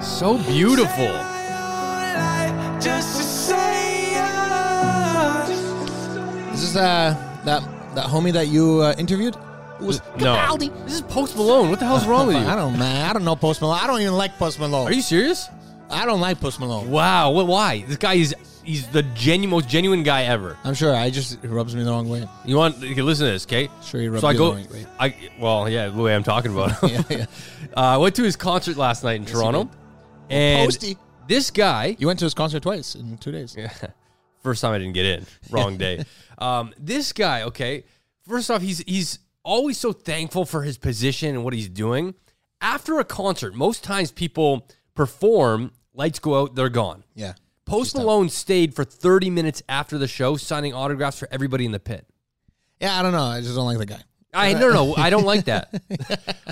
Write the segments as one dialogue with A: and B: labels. A: so beautiful.
B: Is this uh that that homie that you uh, interviewed?
A: Was no. This is Post Malone. What the hell's wrong with you?
B: I don't man. I don't know Post Malone. I don't even like Post Malone.
A: Are you serious?
B: I don't like Post Malone.
A: Wow. What? Why? This guy is he's the genu- most genuine guy ever.
B: I'm sure. I just it rubs me the wrong way.
A: You want? You can listen to this, okay?
B: Sure, he rubbed
A: So I
B: you
A: go.
B: the wrong way.
A: I well, yeah, the way I'm talking about. Him.
B: yeah.
A: Uh, I went to his concert last night in Toronto, and
B: Posty.
A: this guy.
B: You went to his concert twice in two days.
A: First time I didn't get in. Wrong day. um, this guy, okay. First off, he's he's always so thankful for his position and what he's doing. After a concert, most times people perform, lights go out, they're gone.
B: Yeah.
A: Post Malone stayed for 30 minutes after the show, signing autographs for everybody in the pit.
B: Yeah, I don't know. I just don't like the guy.
A: I no no, I don't like that.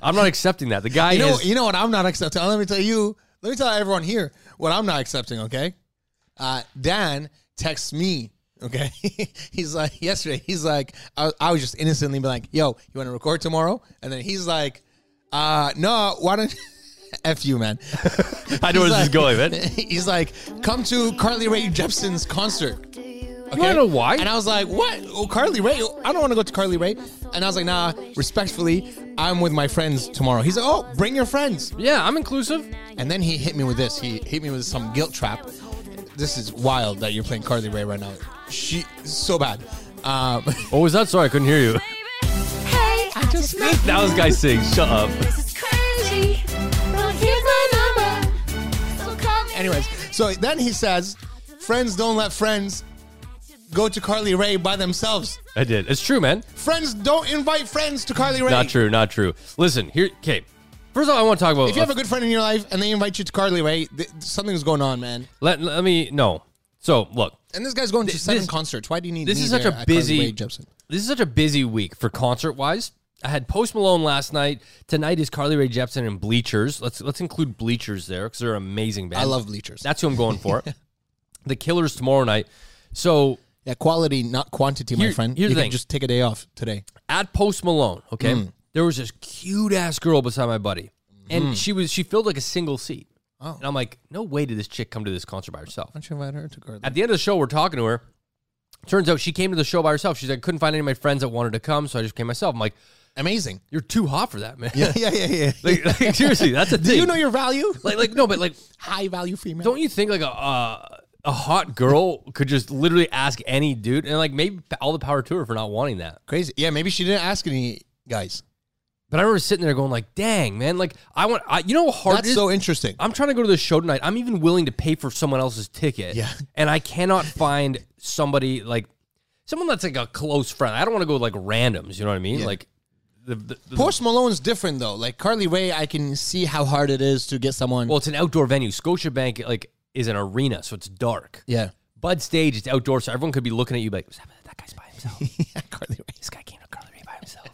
A: I'm not accepting that. The guy
B: You know,
A: is
B: you know what I'm not accepting. Oh, Let me tell you. Let me tell everyone here what I'm not accepting. Okay, uh, Dan texts me. Okay, he's like yesterday. He's like, I, I was just innocently be like, "Yo, you want to record tomorrow?" And then he's like, uh, "No, why don't?" F you, man.
A: I know
B: He's
A: where this is
B: like-
A: going, man.
B: He's like, "Come to Carly Rae Jepsen's concert."
A: You wanna know why?
B: And I was like, "What? Oh, Carly Rae? I don't want to go to Carly Rae." And I was like, "Nah, respectfully, I'm with my friends tomorrow." He's like, "Oh, bring your friends."
A: yeah, I'm inclusive.
B: And then he hit me with this. He hit me with some guilt trap. This is wild that you're playing Carly Rae right now. She so bad. Um,
A: What was that? Sorry, I couldn't hear you.
C: Hey, I just met
A: That was guy sings. Shut up.
C: This is crazy. Well, here's my number. So call me.
B: anyways, so then he says, "Friends don't let friends go to Carly Rae by themselves.
A: I did. It's true, man.
B: Friends don't invite friends to Carly Rae.
A: Not true, not true. Listen, here okay. First of all, I want to talk about
B: If you have a good friend in your life and they invite you to Carly Rae, th- something's going on, man.
A: let, let me no. So look,
B: And this guy's going to
A: Th-
B: seven
A: this-
B: concerts. Why do you need
A: this
B: me
A: is such
B: there
A: a
B: at Carly Rae
A: busy
B: Jepsen?
A: this is such a busy week for concert wise i had post malone last night tonight is carly Rae jepsen and bleachers let's let's include bleachers there because they're an amazing band
B: I love bleachers.
A: that's who i'm going for the killers tomorrow night so
B: yeah, quality, not quantity, my
A: Here-
B: friend.
A: here's
B: You
A: the
B: can
A: thing.
B: just take a day off today.
A: at post malone okay
B: Mm.
A: there was this cute ass girl beside my buddy and
B: Mm.
A: she was she filled like a single seat oh. and i'm like no way did this chick come to this concert by herself
B: Why don't you invite her to Carly?
A: at the end of the show, we're talking to her. Turns out she came to the show by herself. She's like, couldn't find any of my friends that wanted to come, so I just came myself. I'm like,
B: Amazing.
A: you're too hot for that, man.
B: yeah, yeah, yeah.
A: like, like, seriously, that's a thing.
B: Do you know your value?
A: like, like, no, but like,
B: High value female.
A: don't you think like a uh, a hot girl could just literally ask any dude, and like maybe all the power to her for not wanting that.
B: Crazy. Yeah, maybe she didn't ask any guys.
A: But I remember sitting there going like, dang, man, like I want, I, you know, how hard. it
B: That's
A: is?
B: so interesting.
A: I'm trying to go to the show tonight. I'm even willing to pay for someone else's ticket.
B: Yeah.
A: And I cannot find somebody like someone that's like a close friend. I don't want to go like randoms. You know what I mean?
B: Yeah.
A: Like the, the, the-
B: Post Malone's different though. Like Carly Rae, I can see how hard it is to get someone.
A: well, it's an outdoor venue. Scotiabank like is an arena, so it's dark.
B: yeah,
A: Bud Stage, it's outdoor, so everyone could be looking at you like "What's happening? that guy's by himself.
B: Carly Rae.
A: this guy came to Carly Rae by himself.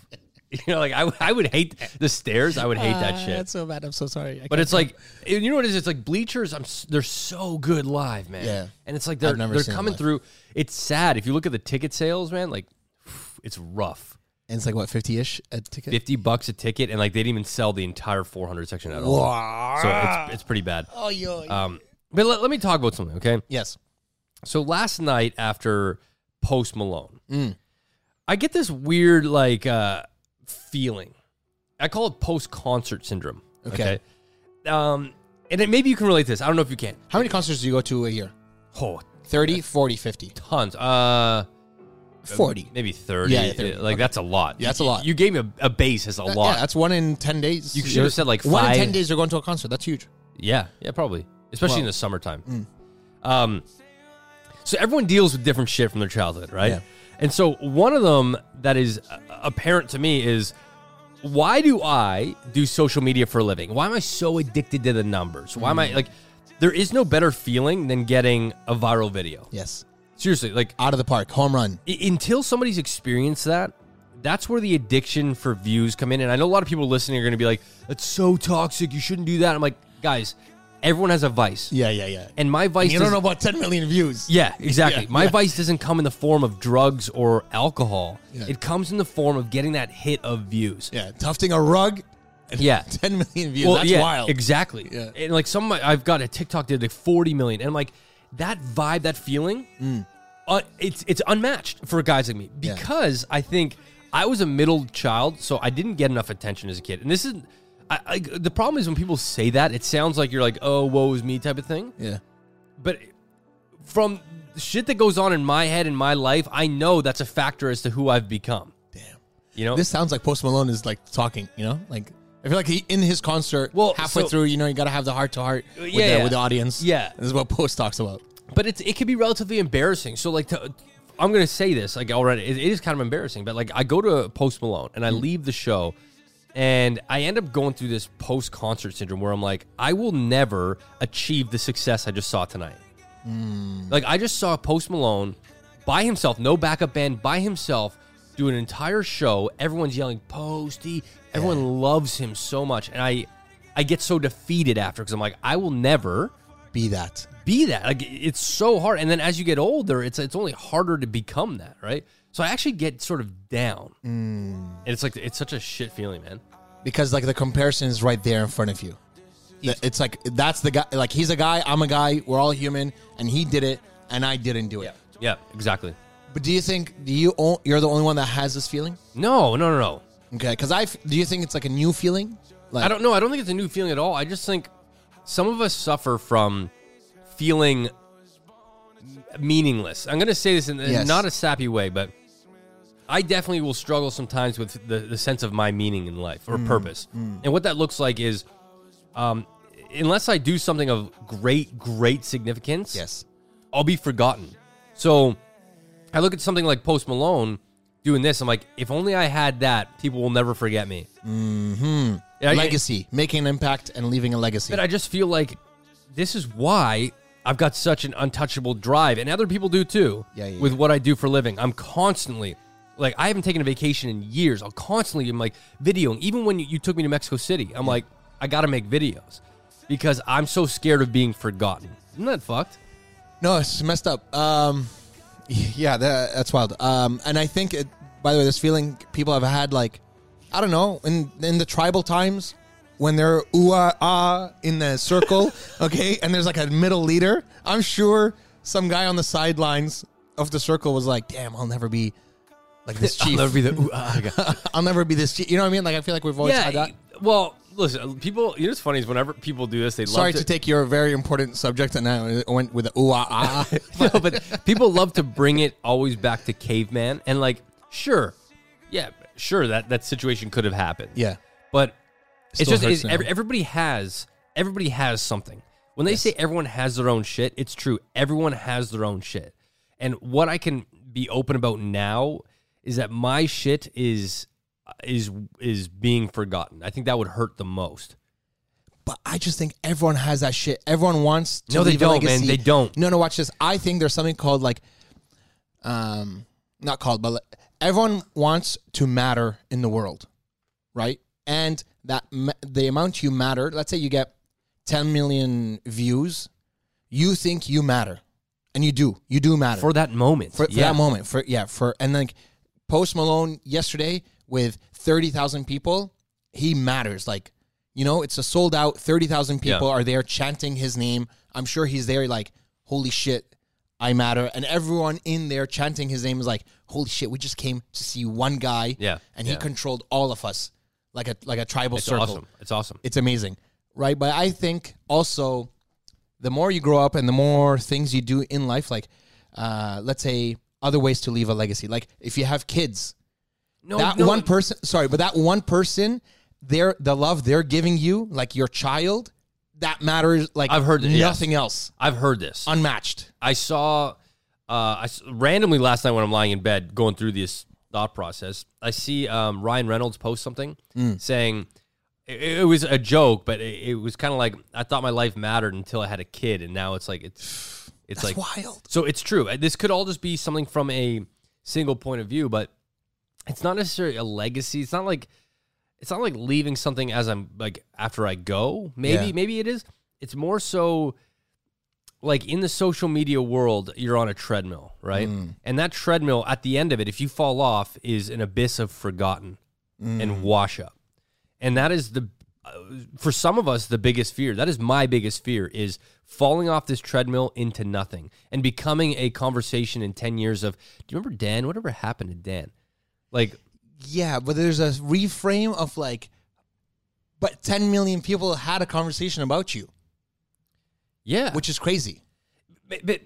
A: you know, like I, would- I would hate the stairs. I would hate that
B: Ah,
A: shit.
B: That's so bad. I'm so sorry. I
A: But
B: can't-
A: it's like you know what it is? It's like bleachers. I'm s- they're so good live, man.
B: Yeah.
A: and it's like they're
B: I've never
A: they're
B: seen them
A: coming
B: live.
A: through. It's sad if you look at the ticket sales, man. Like it's rough.
B: and it's like what fifty ish a ticket.
A: Fifty bucks a ticket, and like they didn't even sell the entire 400 section at all.
B: Wow.
A: So it's it's pretty bad.
B: oh yo.
A: Um, but let, let me talk about something, okay?
B: yes.
A: So last night after Post Malone,
B: Mm.
A: I get this weird like uh, feeling. I call it post concert syndrome.
B: Okay.
A: Um, and then maybe you can relate to this. I don't know if you can.
B: How many concerts do you go to a year?
A: Oh,
B: 30, 40, 50,
A: tons. Uh,
B: 40.
A: maybe thirty.
B: Yeah, yeah, 30.
A: Like that's a lot.
B: Yeah, that's a lot.
A: You gave me a, a base as a
B: That-
A: lot.
B: Yeah, that's one in 10 days.
A: You should've said, like,
B: One in
A: five.
B: 10 days you're going to a concert. That's huge.
A: yeah, yeah, probably, especially in the summertime. Um, so everyone deals with different shit from their childhood, right?
B: Yeah.
A: And so one of them that is uh, apparent to me is why do I do social media for a living? Why am I so addicted to the numbers? Why am I like? There is no better feeling than getting a viral video.
B: Yes.
A: Seriously, like
B: Out of the park. Home run.
A: I- until somebody's experienced that, that's where the addiction for views come in. And I know a lot of people listening are going to be like, "That's so toxic. You shouldn't do that." I'm like, guys, everyone has a vice,
B: Yeah, yeah, yeah.
A: and my vice.
B: you don't know
A: doesn't-
B: about 10 million views.
A: Yeah, exactly.
B: Yeah,
A: my
B: yeah.
A: vice doesn't come in the form of drugs or alcohol.
B: Yeah.
A: It comes in the form of getting that hit of views.
B: Yeah, tufting a rug
A: Yeah.
B: 10 million views. That's
A: yeah,
B: wild.
A: Exactly.
B: Yeah.
A: And like some, of my- I've got a TikTok did like 40 million. And I'm like, that vibe, that feeling, uh, it's it's unmatched for guys like me
B: Mm. Yeah.
A: because I think I was a middle child, so I didn't get enough attention as a kid. And this is, I, I, the problem is when people say that, it sounds like you're like, oh, woe is me type of thing.
B: yeah.
A: But from shit that goes on in my head in my life, I know that's a factor as to who I've become.
B: Damn.
A: You know,
B: This sounds like Post Malone is like talking, you know? Like, I feel like he, in his concert,
A: Well,
B: halfway
A: so-
B: through, you know, you got to have the heart to heart with
A: Yeah,
B: the-
A: yeah.
B: with the audience.
A: Yeah.
B: This is what Post talks about.
A: but it's it can be relatively embarrassing. So like, to, I'm gonna say this like already. It, it is kind of embarrassing, but like I go to Post Malone and I leave the show, and I end up going through this post concert syndrome where I'm like, I will never achieve the success I just saw tonight. Like I just saw Post Malone by himself, no backup band, by himself do an entire show. Everyone's yelling Posty. Everyone loves him so much, and I. I get so defeated after because I'm like, I will never
B: Be that.
A: be that. Like it's so hard. And then as you get older, it's it's only harder to become that, right? So I actually get sort of down. And it's like it's such a shit feeling, man.
B: Because, like, the comparison is right there in front of you. The- It's like, that's the guy. Like, he's a guy, I'm a guy, we're all human, and he did it, and I didn't do it.
A: Yeah, exactly.
B: But do you think do you o- you're the only one that has this feeling?
A: No, no, no, no.
B: Okay, because I f- do you think it's like a new feeling? Like
A: I don't know. I don't think it's a new feeling at all. I just think some of us suffer from feeling meaningless. I'm going to say this in, in
B: Yes.
A: not a sappy way, but I definitely will struggle sometimes with the, the sense of my meaning in life
B: Mm,
A: or purpose. And what that looks like is um, unless I do something of great, great significance,
B: Yes.
A: I'll be forgotten. So I look at something like Post Malone doing this. I'm like, if only I had that, people will never forget me. Mm-hmm.
B: legacy, making an impact and leaving a legacy.
A: But I just feel like this is why I've got such an untouchable drive, and other people do too.
B: Yeah, yeah,
A: with
B: yeah.
A: what I do for a living, I'm constantly like I haven't taken a vacation in years. I'll constantly am like videoing. Even when you, you took me to Mexico City, I'm like I got to make videos because I'm so scared of being forgotten. Isn't that fucked?
B: no, it's messed up. Um, yeah, that, that's wild. Um, and I think it. By the way, this feeling people have had like, I don't know, in in the tribal times when they're ooh ah, ah in the circle, okay, and there's like a middle leader. I'm sure some guy on the sidelines of the circle was like, "Damn, I'll never be." Like this chief,
A: I'll never be the ooh, ah, guy.
B: I'll never be this. You know what I mean? Like I feel like we've always
A: yeah.
B: had that.
A: Well, listen, people. You know what's funny is whenever people do this, they
B: Sorry
A: love
B: to take your very important subject and I went with the ooh ah ah.
A: no, but people love to bring it always back to caveman and like sure. Yeah, sure that that situation could have happened.
B: yeah,
A: But it's
B: Still
A: just
B: hurts
A: it's, ev-
B: now.
A: everybody has everybody has something. When they say everyone has their own shit, it's true. Everyone has their own shit. And what I can be open about now is that my shit is is is being forgotten. I think that would hurt the most.
B: but I just think everyone has that shit. Everyone wants to
A: No, they
B: leave a
A: don't, man.
B: legacy.
A: They don't.
B: No, no, watch this. I think there's something called like, um, not called, but like, everyone wants to matter in the world, right? And that ma- the amount you matter. Let's say you get 10 million views, you think you matter, and you do. You do matter
A: For that moment.
B: for, for that moment. For yeah, for and like Post Malone yesterday with thirty thousand people, he matters. Like you know, it's a sold out. Thirty thousand people
A: Yeah.
B: are there chanting his name. I'm sure he's there. Like holy shit, I matter. And everyone in there chanting his name is like holy shit. We just came to see one guy.
A: Yeah.
B: and
A: Yeah.
B: he controlled all of us like a like a tribal
A: It's
B: circle
A: awesome. It's awesome.
B: it's amazing, right? But I think also the more you grow up and the more things you do in life, like uh, let's say other ways to leave a legacy, like if you have kids,
A: No,
B: that
A: no,
B: one person, sorry, but that one person, their the love they're giving you, like your child, that matters. Like
A: I've heard that, yes.
B: nothing else,
A: I've heard this.
B: unmatched.
A: I saw, uh, I s- randomly last night when I'm lying in bed going through this thought process, I see um, Ryan Reynolds post something
B: Mm.
A: saying it, it was a joke, but it, it was kind of like I thought my life mattered until I had a kid, and now it's like it's it's
B: That's
A: like
B: wild.
A: so it's true. Uh, This could all just be something from a single point of view, but it's not necessarily a legacy. It's not like it's not like leaving something as I'm like after I go. Maybe
B: Yeah.
A: maybe it is. It's more so like in the social media world, you're on a treadmill, right? And that treadmill at the end of it, if you fall off, is an abyss of forgotten and wash up. And that is the for some of us the biggest fear that is my biggest fear is falling off this treadmill into nothing and becoming a conversation in 10 years of do you remember dan whatever happened to dan like
B: Yeah, but there's a reframe of like, but 10 million people had a conversation about you,
A: yeah
B: which is crazy.
A: but, but-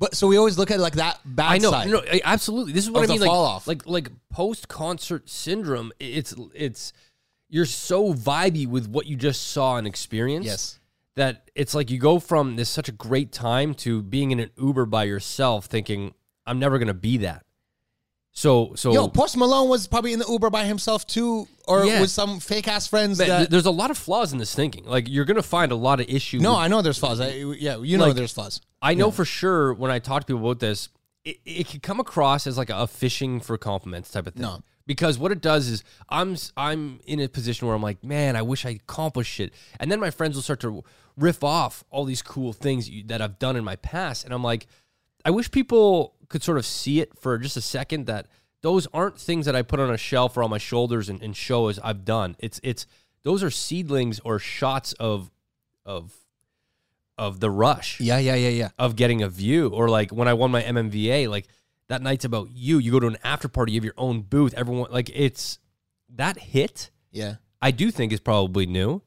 B: But so we always look at like that bad
A: i know
B: side.
A: no I- absolutely this is
B: Of
A: what i
B: the
A: mean like,
B: fall off.
A: like like post concert syndrome i- it's it's you're so vibey with what you just saw and experienced
B: Yes.
A: that it's like you go from this such a great time to being in an Uber by yourself, thinking I'm never gonna be that. So so
B: Yo, Post Malone was probably in the Uber by himself too, or
A: Yeah.
B: with some fake ass friends.
A: th-
B: That,
A: there's a lot of flaws in this thinking. Like you're gonna find a lot of issues.
B: no, I know there's flaws. I, yeah, you know
A: Like-
B: there's flaws.
A: I know for sure when I talk to people about this, it, it could come across as like a fishing for compliments type of thing.
B: No.
A: Because what it does is I'm s- I'm in a position where I'm like, man, I wish I accomplished shit, and then my friends will start to riff off all these cool things you, that I've done in my past, and I'm like, I wish people could sort of see it for just a second that those aren't things that I put on a shelf or on my shoulders and, and show as I've done. It's it's those are seedlings or shots of of of the rush
B: Yeah, yeah, yeah, yeah.
A: of getting a view or like when I won my MMVA, like that night's about you. You go to an after party, you have your own booth. Everyone like it's that hit.
B: Yeah.
A: I do think is probably new,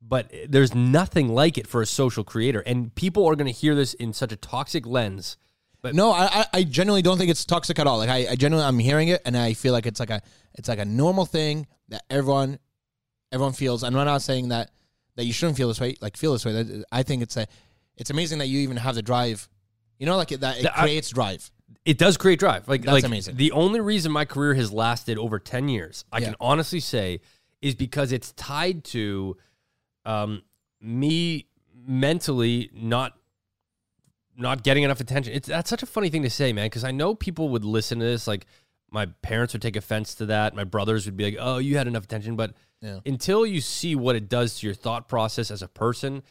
A: but there's nothing like it for a social creator, and people are going to hear this in such a toxic lens. But
B: No, I, I- I genuinely don't think it's toxic at all. Like I, I genuinely I'm hearing it and I feel like it's like a it's like a normal thing that everyone everyone feels. And I'm not saying that that you shouldn't feel this way. Like feel this way. That- I think it's a it's amazing that you even have the drive. You know, like it, that it
A: That I-
B: creates drive.
A: it does create drive. Like
B: That's
A: like,
B: amazing.
A: The only reason my career has lasted over ten years, I
B: Yeah.
A: can honestly say, is because it's tied to um, me mentally not not getting enough attention. It's that's such a funny thing to say, man, because I know people would listen to this. Like my parents would take offense to that. My brothers would be like, "Oh, you had enough attention," but
B: Yeah.
A: until you see what it does to your thought process as a person,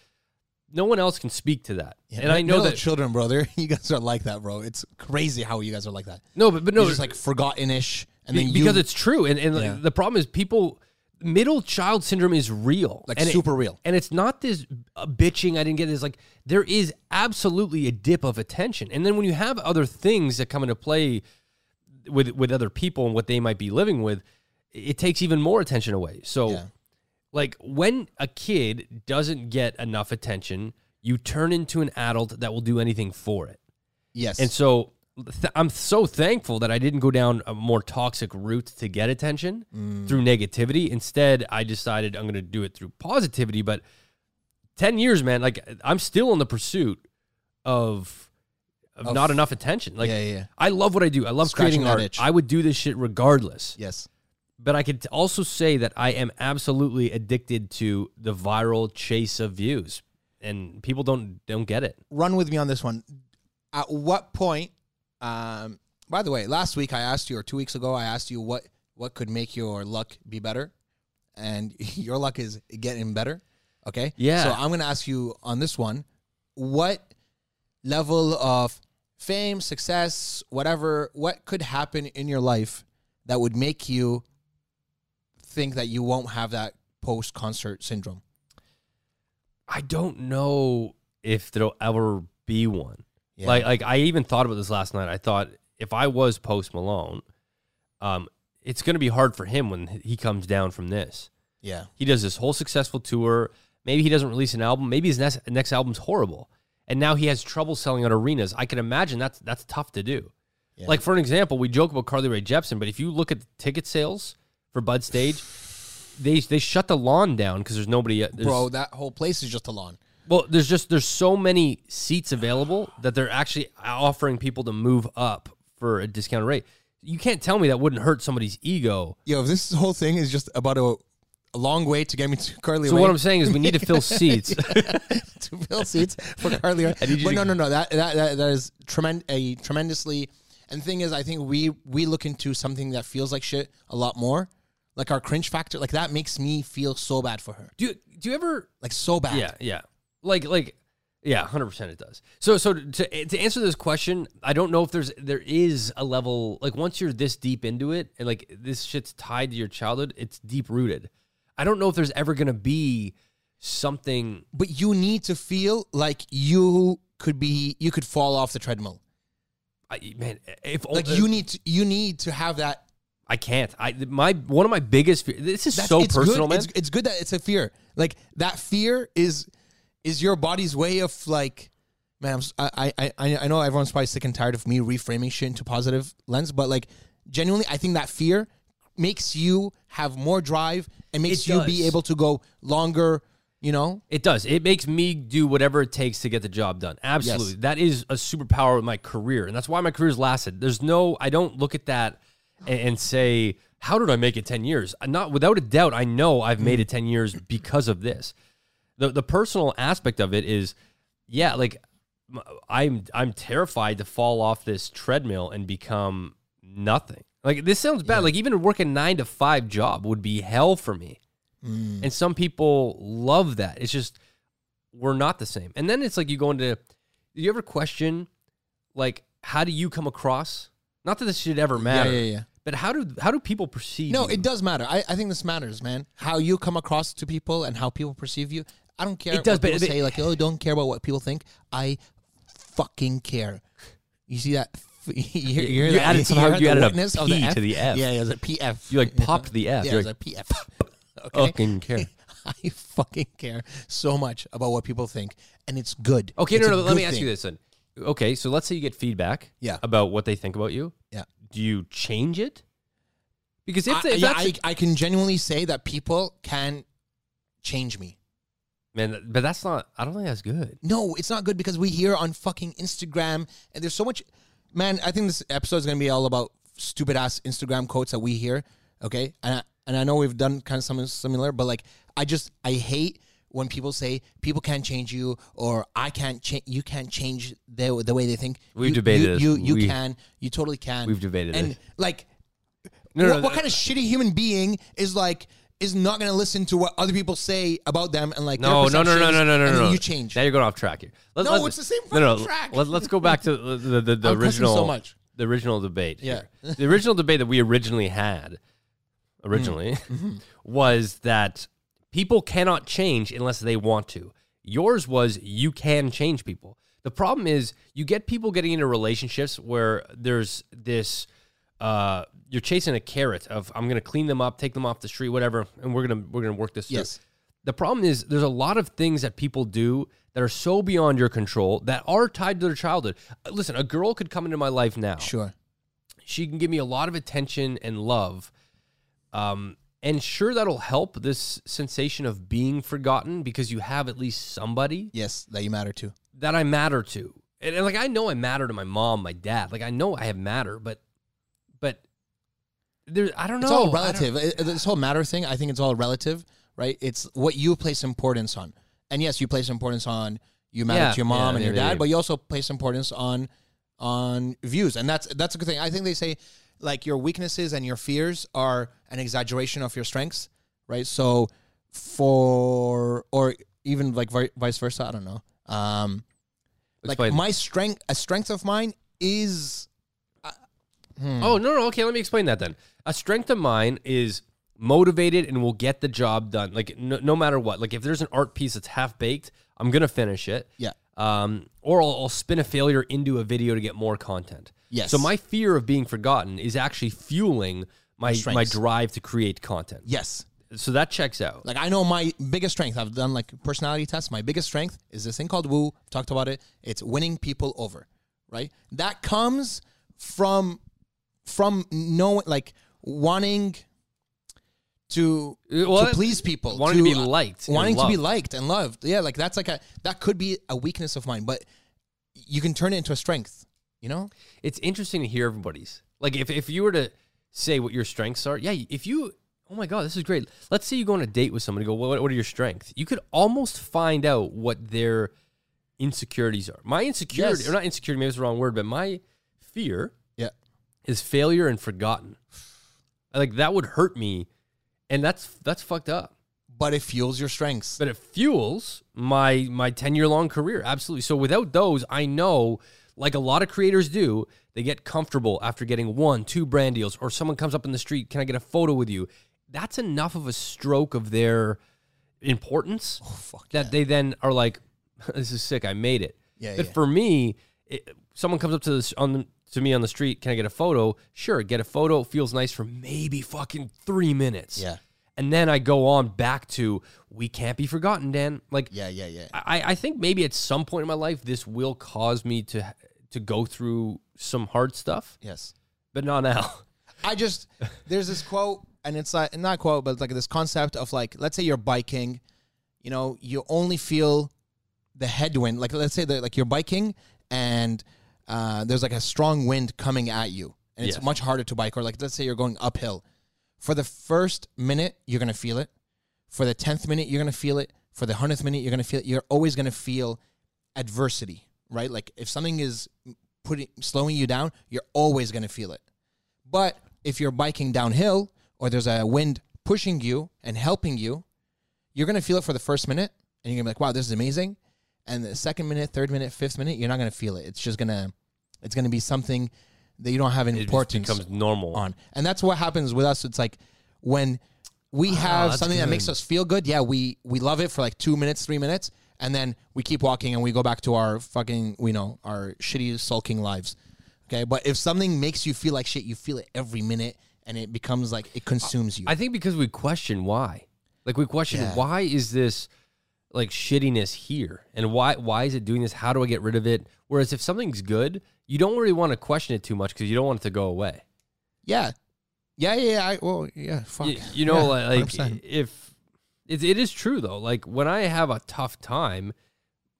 A: no one else can speak to that. and I know
B: Middle
A: that
B: children, brother, you guys are like that, bro. It's crazy how you guys are like that.
A: no, but but no,
B: You're just like forgotten ish, and
A: Be-
B: then
A: because
B: you,
A: it's true, and, and like,
B: Yeah.
A: the problem is people middle child syndrome is real,
B: Like,
A: and it-
B: super real.
A: and it's not this uh, bitching. I didn't get this. Like there is absolutely a dip of attention, and then when you have other things that come into play with with other people and what they might be living with, it takes even more attention away. So.
B: Yeah.
A: Like when a kid doesn't get enough attention, you turn into an adult that will do anything for it.
B: yes,
A: And so th- I'm so thankful that I didn't go down a more toxic route to get attention
B: Mm.
A: through negativity. Instead, I decided I'm going to do it through positivity. But 10 years, man, like I'm still in the pursuit of. Of
B: Of-
A: not enough attention. Like
B: Yeah, yeah, yeah.
A: I love what I do. I love
B: Scratching
A: creating
B: that
A: art.
B: itch.
A: I would do this shit regardless.
B: yes,
A: But I could t- also say that I am absolutely addicted to the viral chase of views, and people don't don't get it.
B: run with me on this one. At what point? Um, by the way, last week I asked you, or two weeks ago, I asked you what what could make your luck be better, and your luck is getting better. Okay.
A: Yeah.
B: So I'm gonna ask you on this one, what level of fame, success, whatever, what could happen in your life that would make you think that you won't have that post concert syndrome?
A: I don't know if there'll ever be one.
B: Yeah.
A: Like like I even thought about this last night. I thought if I was Post Malone, um, it's going to be hard for him when he comes down from this.
B: Yeah.
A: He does this whole successful tour. Maybe he doesn't release an album. Maybe his next next album's horrible, and now he has trouble selling out arenas. I can imagine that's that's tough to do.
B: Yeah.
A: Like for an example, we joke about Carly Rae Jepsen, but if you look at the ticket sales for Bud Stage, they they shut the lawn down because there's nobody. uh, There's,
B: Bro, that whole place is just a lawn.
A: well, there's just there's so many seats available that they're actually offering people to move up for a discounted rate. You can't tell me that wouldn't hurt somebody's ego.
B: yo, if this whole thing is just about a, a long way to get me to Carly
A: So
B: Rae,
A: what I'm saying is we need to fill seats.
B: to fill seats for Carly Rae.
A: need you
B: But
A: to-
B: no, no, no, that that that, that is tremend- a tremendously. And thing is, I think we we look into something that feels like shit a lot more, like our cringe factor. Like that makes me feel so bad for her,
A: do you, do you ever
B: like so bad.
A: Yeah, yeah. Like like yeah, 100% it does. So so to to answer this question, I don't know if there's there is a level like once you're this deep into it and like this shit's tied to your childhood, it's deep rooted. I don't know if there's ever going to be something.
B: But you need to feel like you could be you could fall off the treadmill.
A: I, man, if
B: Like you need to you need to have that.
A: I can't. I my one of my biggest. Fear, this is
B: That's,
A: so
B: it's
A: personal,
B: good.
A: man.
B: It's, it's good that it's a fear. Like that fear is is your body's way of like. Man, I'm, s- I, I- I- I know everyone's probably sick and tired of me reframing shit into positive lens, but like, genuinely, I think that fear makes you have more drive and makes
A: It
B: you be
A: does.
B: able to go longer. You know,
A: It does. It makes me do whatever it takes to get the job done. Absolutely.
B: Yes.
A: That is a superpower of my career. And that's why my career's lasted. There's no, I don't look at that and, and say, how did I make it 10 years? Uh, Not without a doubt, I know I've made it 10 years because of this. The, the personal aspect of it is, yeah, like m- I'm, I'm terrified to fall off this treadmill and become nothing. Like this sounds bad. Like even working nine to five job would be hell for me. And some people love that. It's just we're not the same. And then it's like you go into you ever question like how do you come across? Not that this should ever matter.
B: yeah, yeah.
A: But how do how do people perceive
B: No,
A: you?
B: it does matter. I, I think this matters, man. How you come across to people and how people perceive you. I don't care.
A: It does,
B: what
A: but
B: people
A: it-
B: say like, "Oh, don't care about what people think." I fucking care. You see that? You, hear- hear
A: You
B: that?
A: added-
B: hear
A: somehow
B: that
A: you added a
B: witness of
A: P to the F.
B: Yeah, yeah, it was a PF.
A: You, like, popped the F.
B: Yeah, it
A: You're
B: was
A: like,
B: a PF. Okay.
A: fucking care.
B: I fucking care so much about what people think, and it's good.
A: Okay,
B: It's
A: no, no,
B: a
A: no, let
B: good
A: me ask
B: thing.
A: you this then. Okay, so let's say you get feedback
B: Yeah.
A: about what they think about you.
B: Yeah.
A: Do you change it? Because if,
B: I,
A: the- if
B: yeah,
A: that's
B: I, I can genuinely say that people can change me.
A: man, but that's not I don't think that's good.
B: No, it's not good because we hear on fucking Instagram and there's so much man, I think this episode is going to be all about stupid ass Instagram quotes that we hear, okay? And I, and I know we've done kind of something similar, but like I just I hate when people say people can't change you or I can't change you can't change the, the way they think.
A: We've
B: you,
A: debated
B: you,
A: this.
B: You you
A: We-
B: can, you totally can.
A: We've debated
B: And
A: this.
B: like
A: No,
B: what,
A: no,
B: what kind of shitty human being is like is not going to listen to what other people say about them and like
A: No,
B: their
A: no, no, no,
B: perceptions,
A: no, no,
B: and
A: no,
B: then
A: no.
B: you change
A: Now you're going off track here. Let,
B: No, it's the same fucking track.
A: Let, let's go back to the the, the, the
B: I'm cussing
A: original
B: so much.
A: the original debate.
B: Yeah.
A: here. the original debate that we originally had
B: Mm.
A: originally
B: Mm-hmm.
A: was that people cannot change unless they want to. Yours was you can change people. The problem is you get people getting into relationships where there's this uh, you're chasing a carrot of I'm gonna clean them up, take them off the street, whatever, and we're gonna we're gonna work this
B: Yes.
A: through. The problem is there's a lot of things that people do that are so beyond your control that are tied to their childhood. Uh, Listen, a girl could come into my life now.
B: Sure.
A: She can give me a lot of attention and love. Um, and sure that'll help this sensation of being forgotten because you have at least somebody
B: Yes, that you matter to.
A: that I matter to. And, and like I know I matter to my mom, my dad. Like I know I have matter, but but there's I don't know.
B: It's all
A: I don't-
B: relative. It- it- this whole matter thing, I think it's all relative, right? It's what you place importance on. And yes, you place importance on you matter
A: Yeah,
B: to your mom
A: yeah,
B: and your
A: yeah,
B: dad,
A: yeah.
B: but you also place importance on on views. And that's that's a good thing. I think they say like your weaknesses and your fears are an exaggeration of your strengths, right? So for or even like vi- vice versa, I don't know. Um like
A: Explain.
B: my strength a strength of mine is
A: Oh no, no, okay. Let me explain that then. A strength of mine is motivated and will get the job done. Like no, no matter what. Like if there's an art piece that's half baked, I'm gonna finish it.
B: Yeah.
A: Um, or I'll, I'll spin a failure into a video to get more content.
B: Yes.
A: So my fear of being forgotten is actually fueling my my
B: strengths.
A: drive to create content.
B: yes.
A: So that checks out.
B: Like I know my biggest strength. I've done like personality tests. My biggest strength is this thing called woo. I've talked about it. It's winning people over, right? That comes from from knowing like wanting to
A: Uh, well,
B: to
A: that-
B: please people,
A: wanting to be liked and
B: wanting to be
A: loved.
B: liked and loved. Yeah, like that's like a that could be a weakness of mine, but you can turn it into a strength. You know?
A: it's interesting to hear everybody's. Like if, if you were to say what your strengths are, yeah, if you oh my god, this is great. Let's say you go on a date with somebody, go, what, what are your strengths? You could almost find out what their insecurities are. My insecurity
B: Yes.
A: or not insecurity, maybe it's the wrong word, but my fear
B: Yeah.
A: is failure and forgotten. Like that would hurt me. And that's that's fucked up.
B: But it fuels your strengths.
A: But it fuels my my 10 year long career. Absolutely. So without those, I know, like a lot of creators do, they get comfortable after getting one, two brand deals, or someone comes up in the street, can I get a photo with you? that's enough of a stroke of their importance
B: fuck
A: that they then are like, "This is sick. I made it."
B: Yeah,
A: But
B: yeah.
A: for me, it, someone comes up to this on the, to me on the street, "Can I get a photo?" Sure, get a photo. It feels nice for maybe fucking three minutes.
B: Yeah.
A: and then I go on back to we can't be forgotten, Dan. Like,
B: Yeah, yeah, yeah.
A: I, I think maybe at some point in my life this will cause me to to go through some hard stuff,
B: yes.
A: but not now.
B: I just there's this quote, and it's like not quote, but it's like this concept of like, let's say you're biking, you know, you only feel the headwind. Like let's say that like you're biking and uh, there's like a strong wind coming at you, and it's
A: Yes.
B: much harder to bike. Or like let's say you're going uphill, for the first minute you're gonna feel it, for the tenth minute you're gonna feel it, for the hundredth minute you're gonna feel it. You're always gonna feel adversity, right? Like if something is putting slowing you down, you're always gonna feel it. But if you're biking downhill or there's a wind pushing you and helping you, you're gonna feel it for the first minute and you're gonna be like, wow, this is amazing. And the second minute, third minute, fifth minute, you're not gonna feel it. It's just gonna it's gonna be something that you don't have
A: It just
B: importance
A: becomes normal.
B: on. And that's what happens with us. It's like when we have
A: Ah, that's
B: something that makes
A: good.
B: us feel good, yeah, we we love it for like two minutes, three minutes, and then we keep walking and we go back to our fucking we know, our shitty sulking lives. Okay. But if something makes you feel like shit, you feel it every minute and it becomes like it consumes you.
A: I think because we question why. Like we question
B: Yeah.
A: why is this like shittiness here and why why is it doing this? How do I get rid of it? Whereas if something's good, you don't really want to question it too much because you don't want it to go away.
B: yeah. Yeah, yeah, yeah. I, well, yeah, fuck.
A: You, you know,
B: Yeah,
A: li- like,
B: 100%.
A: if it, it is true though, like when I have a tough time,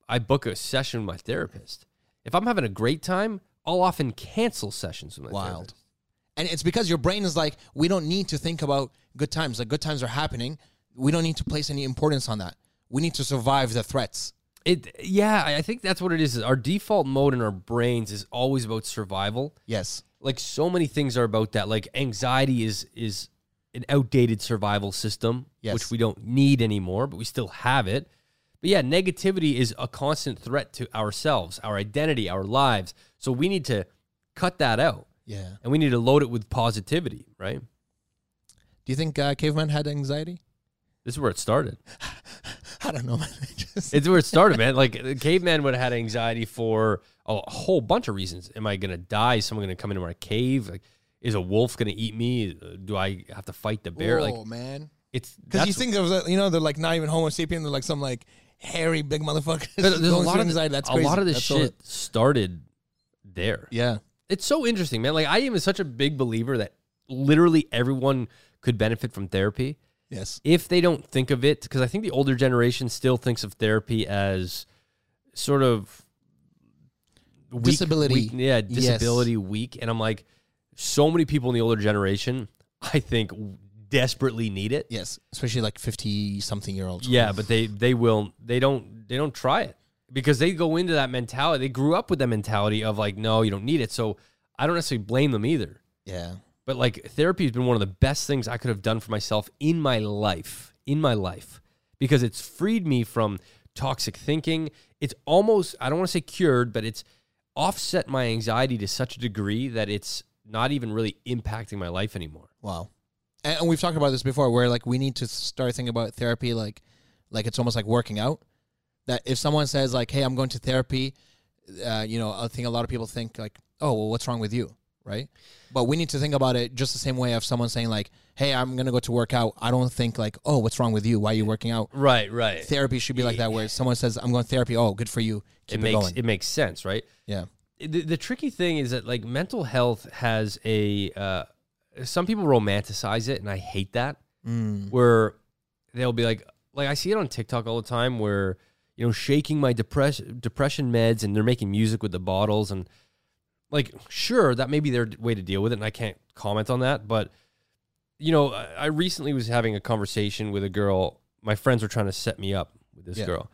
A: I book a session with my therapist. If I'm having a great time, I'll often cancel sessions with my
B: Wild.
A: therapist.
B: And it's because your brain is like, we don't need to think about good times. Like, good times are happening. We don't need to place any importance on that. We need to survive the threats.
A: It yeah, I I think that's what it is. Our default mode in our brains is always about survival.
B: Yes.
A: like so many things are about that like anxiety is is an outdated survival system
B: Yes.
A: which we don't need anymore but we still have it but yeah negativity is a constant threat to ourselves our identity our lives so we need to cut that out
B: Yeah.
A: and we need to load it with positivity right
B: Do you think uh, caveman had anxiety?
A: this is where it started
B: I don't know. man. I just-
A: it's where it started man like the caveman would have had anxiety for a whole bunch of reasons am i gonna die is someone gonna come into my cave like is a wolf gonna eat me do i have to fight the bear like
B: oh man.
A: It's
B: Because you
A: that's-
B: think of the- you know they're like not even Homo sapien. They're like some like hairy big motherfuckers.
A: there's a
B: going
A: lot
B: through
A: of
B: anxiety. That's
A: a
B: crazy.
A: lot of this
B: That's all
A: shit
B: it-
A: started there.
B: Yeah.
A: It's so interesting, man. Like I am such a big believer that literally everyone could benefit from therapy
B: Yes.
A: if they don't think of it because I think the older generation still thinks of therapy as sort of weak,
B: Disability.
A: weak- yeah,
B: Yes.
A: disability weak, and I'm like, so many people in the older generation, I think, desperately need it.
B: Yes. Especially like fifty something year olds.
A: Yeah, but they they will they don't they don't try it because they go into that mentality. They grew up with that mentality of like, no, you don't need it. So I don't necessarily blame them either.
B: Yeah.
A: But like therapy has been one of the best things I could have done for myself in my life, in my life, because it's freed me from toxic thinking. It's almost I don't want to say cured, but it's offset my anxiety to such a degree that it's not even really impacting my life anymore.
B: Wow. And, and we've talked about this before, where like we need to start thinking about therapy like, like it's almost like working out. That if someone says like, "Hey, I'm going to therapy," uh, you know, I think a lot of people think like, "Oh, well, what's wrong with you?" Right? But we need to think about it just the same way of someone saying like, "Hey, I'm gonna go to work out." I don't think like, "Oh, what's wrong with you? Why are you working out?"
A: Right, right.
B: Therapy should be like that, where someone says, "I'm going to therapy." Oh, good for you. Keep
A: it
B: it,
A: makes
B: going.
A: it makes sense, right?
B: yeah.
A: the, the tricky thing is that like mental health has a uh, some people romanticize it and i hate that
B: Mm.
A: where they'll be like like i see it on tiktok all the time where you know shaking my depression depression meds and they're making music with the bottles and like sure that may be their way to deal with it and i can't comment on that but you know i, I recently was having a conversation with a girl my friends were trying to set me up with this
B: Yeah.
A: girl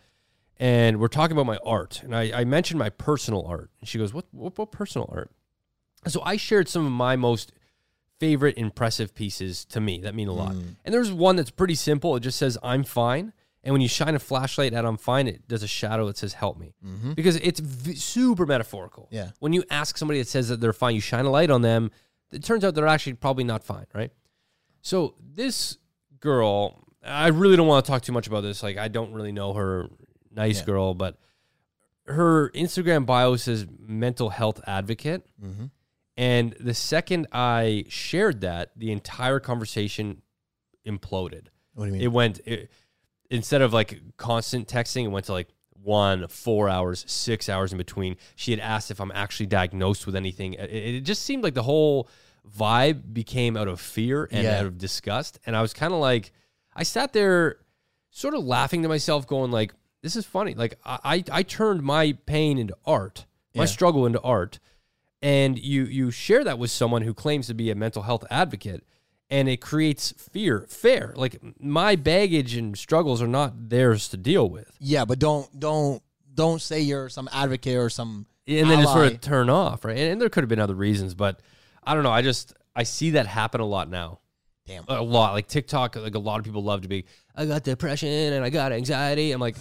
A: and we're talking about my art and I, I mentioned my personal art and she goes what, what what personal art And so i shared some of my most favorite impressive pieces to me that mean a lot and there's one that's pretty simple it just says i'm fine and when you shine a flashlight at i'm fine it does a shadow that says help me because it's v- super metaphorical
B: Yeah.
A: when you ask somebody that says that they're fine you shine a light on them it turns out they're actually probably not fine right so this girl, I really don't want to talk too much about this. Like, I don't really know her nice girl, but her Instagram bio says mental health advocate. And the second I shared that, the entire conversation imploded.
B: What do you mean?
A: It went it, instead of like constant texting, it went to like one, four hours, six hours in between. She had asked if I'm actually diagnosed with anything. It, it just seemed like the whole vibe became out of fear and
B: Yeah.
A: out of disgust. And I was kind of like, I sat there sort of laughing to myself, going like, "This is funny." Like I, I, I turned my pain into art, my
B: Yeah.
A: struggle into art, and you you share that with someone who claims to be a mental health advocate, and it creates fear. Fair, like my baggage and struggles are not theirs to deal with,
B: yeah, but don't don't don't say you're some advocate or some.
A: and then it's sort
B: ally.
A: of turn off, right? And, and there could have been other reasons, but I don't know. I just I see that happen a lot now.
B: Damn.
A: a lot. Like TikTok, like a lot of people love to be. I got depression and I got anxiety. I'm like,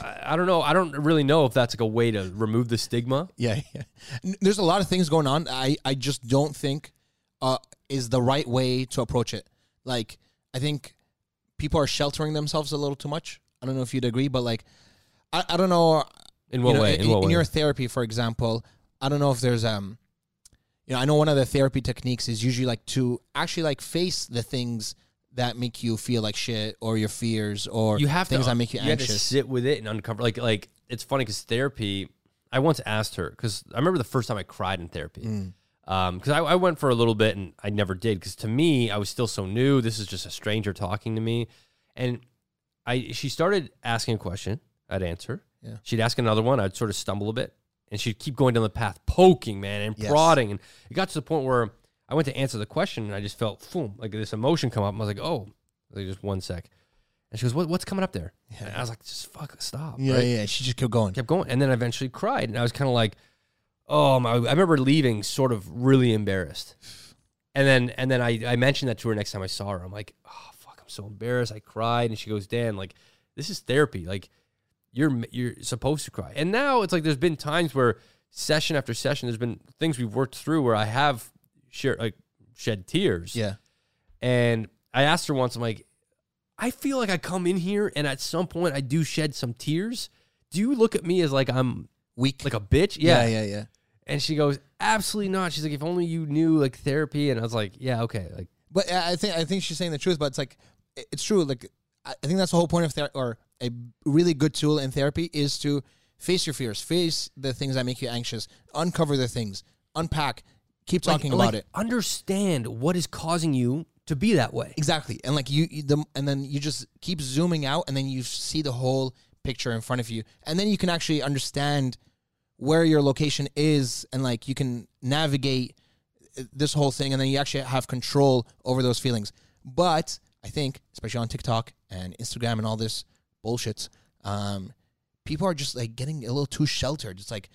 A: I, I don't know. I don't really know if that's like a way to remove the stigma.
B: Yeah, yeah. N- There's a lot of things going on. I, I just don't think uh, is the right way to approach it. Like, I think people are sheltering themselves a little too much. I don't know if you'd agree, but like, I, I don't know.
A: In what
B: you know,
A: way?
B: In,
A: in what
B: in
A: way?
B: your therapy, for example, I don't know if there's um, you know, I know one of the therapy techniques is usually like to actually like face the things that make you feel like shit or your fears or
A: you have
B: things
A: to,
B: that make you,
A: have to
B: anxious.
A: sit with it and uncover. Like, like it's funny because therapy. I once asked her because I remember the first time I cried in therapy.
B: Mm.
A: Because I, I went for a little bit and I never did because to me I was still so new. This is just a stranger talking to me, and I she started asking a question. I'd answer.
B: Yeah.
A: She'd ask another one. I'd sort of stumble a bit, and she'd keep going down the path, poking man and
B: Yes.
A: prodding. And it got to the point where I went to answer the question, and I just felt boom, like this emotion come up. And I was like, oh, like just one sec. And she goes, what, "What's coming up there?" And I was like, "Just fuck, stop."
B: yeah,
A: right?
B: yeah. She just kept going.
A: Kept going, and then I eventually cried, and I was kind of like, "Oh my!" I remember leaving, sort of really embarrassed, and then and then I I mentioned that to her next time I saw her. I'm like, "Oh fuck, I'm so embarrassed." I cried, and she goes, "Dan, like this is therapy. Like you're you're supposed to cry." And now it's like there's been times where session after session, there's been things we've worked through where I have shared like shed tears,
B: Yeah.
A: and I asked her once, I'm like, I feel like I come in here and at some point I do shed some tears. Do you look at me as like I'm
B: Weak.
A: like a bitch?
B: yeah, yeah, yeah.
A: And she goes, Absolutely not. She's like, If only you knew like therapy. And I was like, Yeah, okay. Like,
B: But I I think I think she's saying the truth. But it's like i- it's true. Like I I think that's the whole point of therapy, or a really good tool in therapy is to face your fears, face the things that make you anxious, uncover the things, unpack, keep talking
A: like-
B: about
A: like,
B: it.
A: Understand what is causing you to be that way.
B: Exactly, and like you, you the, and then you just keep zooming out, and then you see the whole picture in front of you, and then you can actually understand where your location is, and like you can navigate uh, this whole thing, and then you actually have control over those feelings. But I think, especially on TikTok and Instagram and all this bullshit, um, people are just like getting a little too sheltered. It's like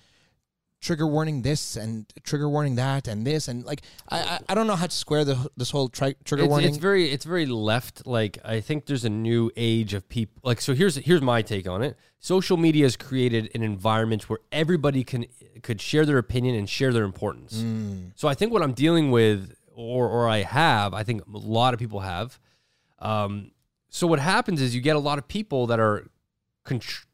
B: trigger warning this and trigger warning that and this and like I I, I don't know how to square the, this whole tri- trigger
A: It's,
B: warning.
A: it's very it's very left. Like I think there's a new age of people. Like so here's here's my take on it. Social media has created an environment where everybody can could share their opinion and share their importance. So I think what I'm dealing with, or or I have, I think a lot of people have. Um, so what happens is you get a lot of people that are contr-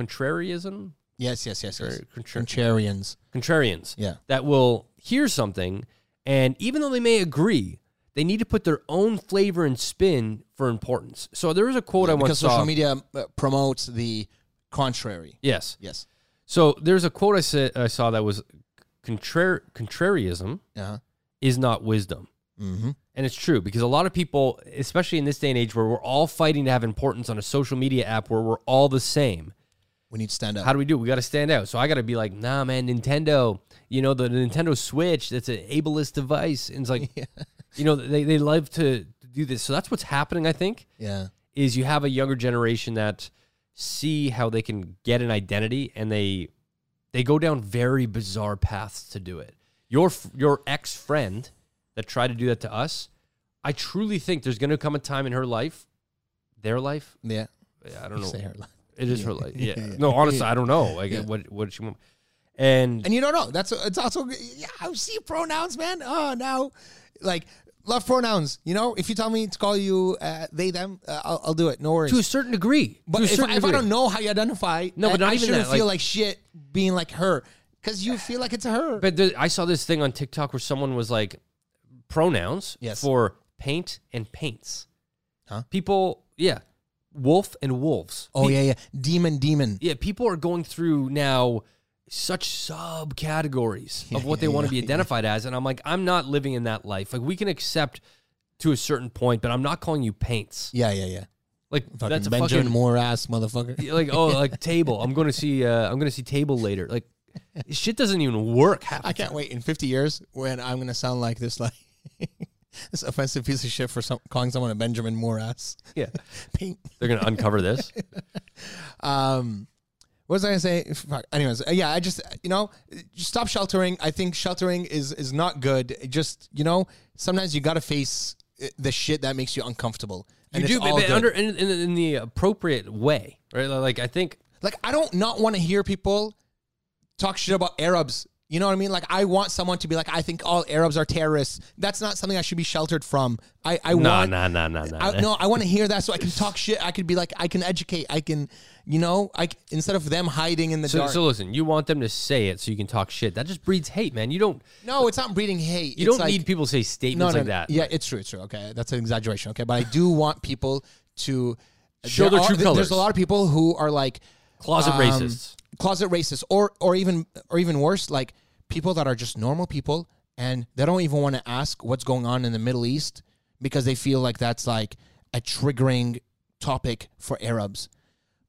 A: contrarianism,
B: Yes, yes, yes, yes.
A: Contra-
B: Contrarians.
A: contrarians
B: Yeah.
A: that will hear something and even though they may agree they need to put their own flavor and spin for importance so there is a quote i once
B: Because
A: saw
B: social media uh, promotes the contrary.
A: yes
B: Yes.
A: so there's a quote i said i saw that was contrar- contrariism
B: Uh-huh.
A: is not wisdom
B: Mm-hmm.
A: and it's true because a lot of people especially in this day and age where we're all fighting to have importance on a social media app where we're all the same
B: We need to stand up.
A: how do we do? it? We got to stand out. So I got to be like, nah, man, Nintendo. You know, the Nintendo Switch. That's an ableist device. And it's like, you know, they they love to do this. So that's what's happening. I think
B: yeah.
A: is you have a younger generation that see how they can get an identity, and they they go down very bizarre paths to do it. Your f- your ex friend that tried to do that to us. I truly think there's going to come a time in her life, their life.
B: Yeah.
A: I don't know.
B: Say her li-
A: It is her life. Yeah. No, honestly, I don't know. Like what what did she want? And
B: And you don't know. That's it's also yeah. I see pronouns, man. Oh, now, like love pronouns. You know, if you tell me to call you uh, they them, uh, I'll, I'll do it. No worries.
A: to a certain degree.
B: But
A: to a
B: if, if
A: certain
B: I
A: degree.
B: don't know how you identify,
A: No, but
B: I-
A: not
B: I
A: even
B: shouldn't
A: that,
B: feel
A: like-
B: like, shit being like her because you feel like it's a her.
A: But there, I saw this thing on TikTok where someone was like pronouns
B: Yes.
A: for paint and paints.
B: Huh?
A: People, yeah, wolf and wolves.
B: oh yeah, yeah, demon, demon.
A: Yeah, people are going through now such subcategories of what they want to be identified as, and I'm like, I'm not living in that life. Like we can accept to a certain point, but I'm not calling you paints.
B: Yeah, yeah, yeah.
A: Like
B: Fucking
A: that's a
B: Benjamin
A: fucking
B: Moore ass motherfucker.
A: like oh like table. I'm going to see uh, I'm going to see table later. Like shit doesn't even work. half the
B: I can't wait in 50 years when I'm gonna sound like this like this offensive piece of shit for some, calling someone a Benjamin Moore ass.
A: Yeah.
B: Paint.
A: They're going to uncover this.
B: Um, what was I gonna say? Fuck. Anyways, uh, yeah, I just you know, just stop sheltering. I think sheltering is is not good. It just you know, sometimes you gotta face uh, the shit that makes you uncomfortable. And
A: You
B: it's
A: do, but,
B: all
A: but
B: good.
A: under in, in, in the appropriate way, right? Like I think
B: Like I don't not want to hear people talk shit about Arabs. You know what I mean? Like I want someone to be like, I think all Arabs are terrorists. That's not something I should be sheltered from. I I
A: no,
B: want.
A: no, no, no, no.
B: I, no, I want to hear that so I can talk shit. I could be like, I can educate. I can, you know, I c- instead of them hiding in the
A: So,
B: dark.
A: so listen, you want them to say it so you can talk shit. That just breeds hate, man. You don't
B: no, it's not breeding hate.
A: you
B: It's
A: don't
B: like-
A: need people to say
B: no,
A: statements
B: no,
A: like
B: no.
A: that.
B: Yeah, it's true. It's true. Okay, that's an exaggeration. Okay, but I do want people to
A: Show
B: there
A: their
B: are-
A: true
B: There's
A: colors.
B: a lot of people who are like
A: Closet
B: um,
A: racists.
B: closet racists, or or even or even worse, like people that are just normal people and they don't even want to ask what's going on in the Middle East because they feel like that's like a triggering topic for Arabs.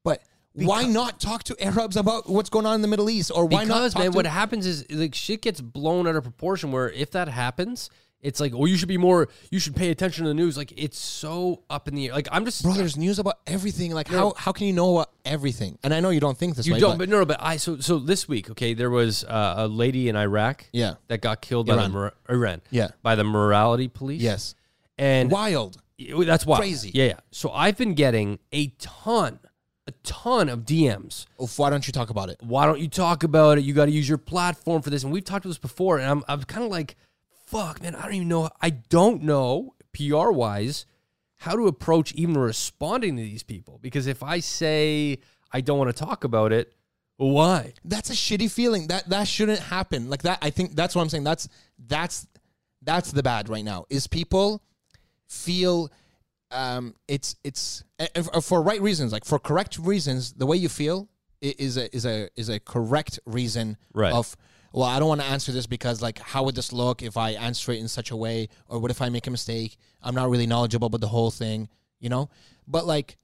B: But why not talk to Arabs about what's going on in the Middle East, or why not?
A: Because
B: talk
A: man,
B: to-
A: what happens is like shit gets blown out of proportion. Where if that happens, it's like, oh, you should be more. You should pay attention to the news. Like it's so up in the air. Like I'm just
B: Bro, there's news about everything. Like, how, how can you know about everything? And I know you don't think this
A: You
B: way.
A: don't, but no, no, but I so so this week, okay, there was uh, a lady in Iraq,
B: Yeah.
A: that got killed by the
B: Iran.
A: mor- Iran,
B: Yeah.
A: by the morality police,
B: yes,
A: and
B: wild.
A: Yeah, that's wild.
B: Crazy.
A: yeah, yeah. So I've been getting a ton, a ton of DMs.
B: Oof, why don't you talk about it?
A: Why don't you talk about it? You got to use your platform for this, and we've talked about this before. And I'm, I'm kind of like, fuck, man, I don't even know. I don't know PR wise how to approach even responding to these people because if I say I don't want to talk about it, why?
B: that's a shitty feeling. That that shouldn't happen. Like that, I think that's what I'm saying. That's that's that's the bad right now. Is people feel um it's it's and- and for- for right reasons, like for correct reasons. The way you feel i- is a is a is a correct reason
A: Right.
B: of well, I don't want to answer this because like how would this look if I answer it in such a way, or what if I make a mistake? I'm not really knowledgeable about the whole thing, you know. But like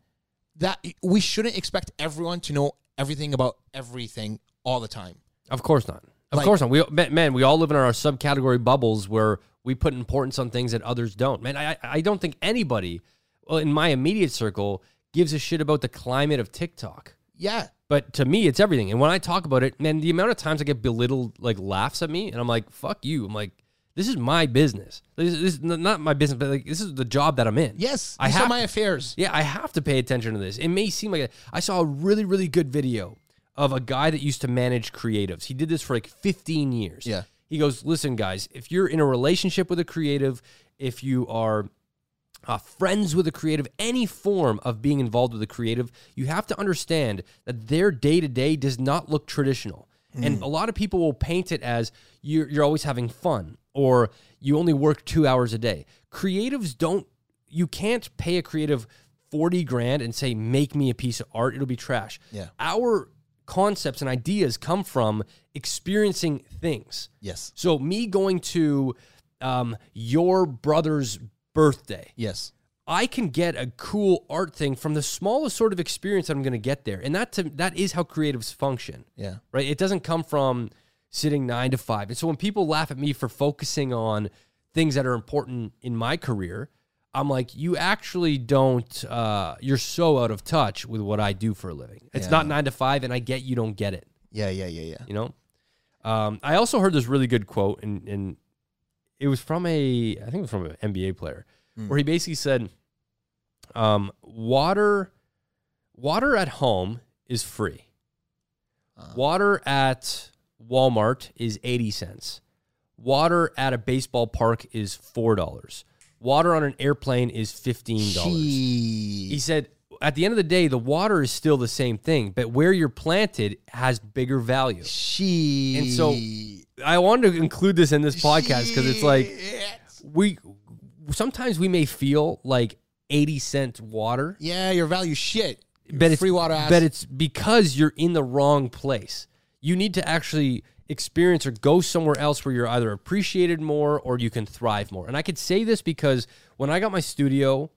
B: that we shouldn't expect everyone to know everything about everything all the time.
A: Of course not. Of
B: Like-
A: course not. We man, man, we all live in our subcategory bubbles where we put importance on things that others don't. Man, I I I don't think anybody, well, in my immediate circle, gives a shit about the climate of TikTok.
B: Yeah.
A: But to me, it's everything. And when I talk about it, man, the amount of times I get belittled, like laughs at me, and I'm like, "Fuck you." I'm like, "This is my business. This, this is n- not my business, but like, this is the job that I'm in."
B: Yes.
A: I
B: these are
A: have
B: my affairs.
A: yeah, I have to pay attention to this. It may seem like a, I saw a really, really good video of a guy that used to manage creatives. He did this for like 15 years.
B: Yeah.
A: He goes, listen, guys, if you're in a relationship with a creative, if you are uh, friends with a creative, any form of being involved with a creative, you have to understand that their day to day does not look traditional. And a lot of people will paint it as you're, you're always having fun or you only work two hours a day. Creatives don't, you can't pay a creative 40 grand and say, make me a piece of art. It'll be trash.
B: Yeah.
A: Our concepts and ideas come from experiencing things.
B: Yes.
A: So me going to um, your brother's birthday,
B: Yes.
A: I can get a cool art thing from the smallest sort of experience I'm going to get there, and that to, that is how creatives function,
B: Yeah.
A: right? It doesn't come from sitting nine to five. And so when people laugh at me for focusing on things that are important in my career, I'm like, you actually don't. Uh, you're so out of touch with what I do for a living. It's not nine to five, and I get you don't get it
B: Yeah. Yeah. Yeah. Yeah.
A: you know um, i also heard this really good quote and, and it was from a i think it was from an nba player where he basically said um, water water at home is free water at walmart is 80 cents water at a baseball park is four dollars Water on an airplane is fifteen dollars. He
B: Jeez.
A: said at the end of the day, the water is still the same thing, but where you're planted has bigger value.
B: She.
A: And so I wanted to include this in this podcast because it's like we sometimes we may feel like eighty cent water,
B: Yeah, your value shit. Your
A: but it's
B: free water ass.
A: But it's because you're in the wrong place. You need to actually experience or go somewhere else where you're either appreciated more or you can thrive more. And I could say this because when I got my studio,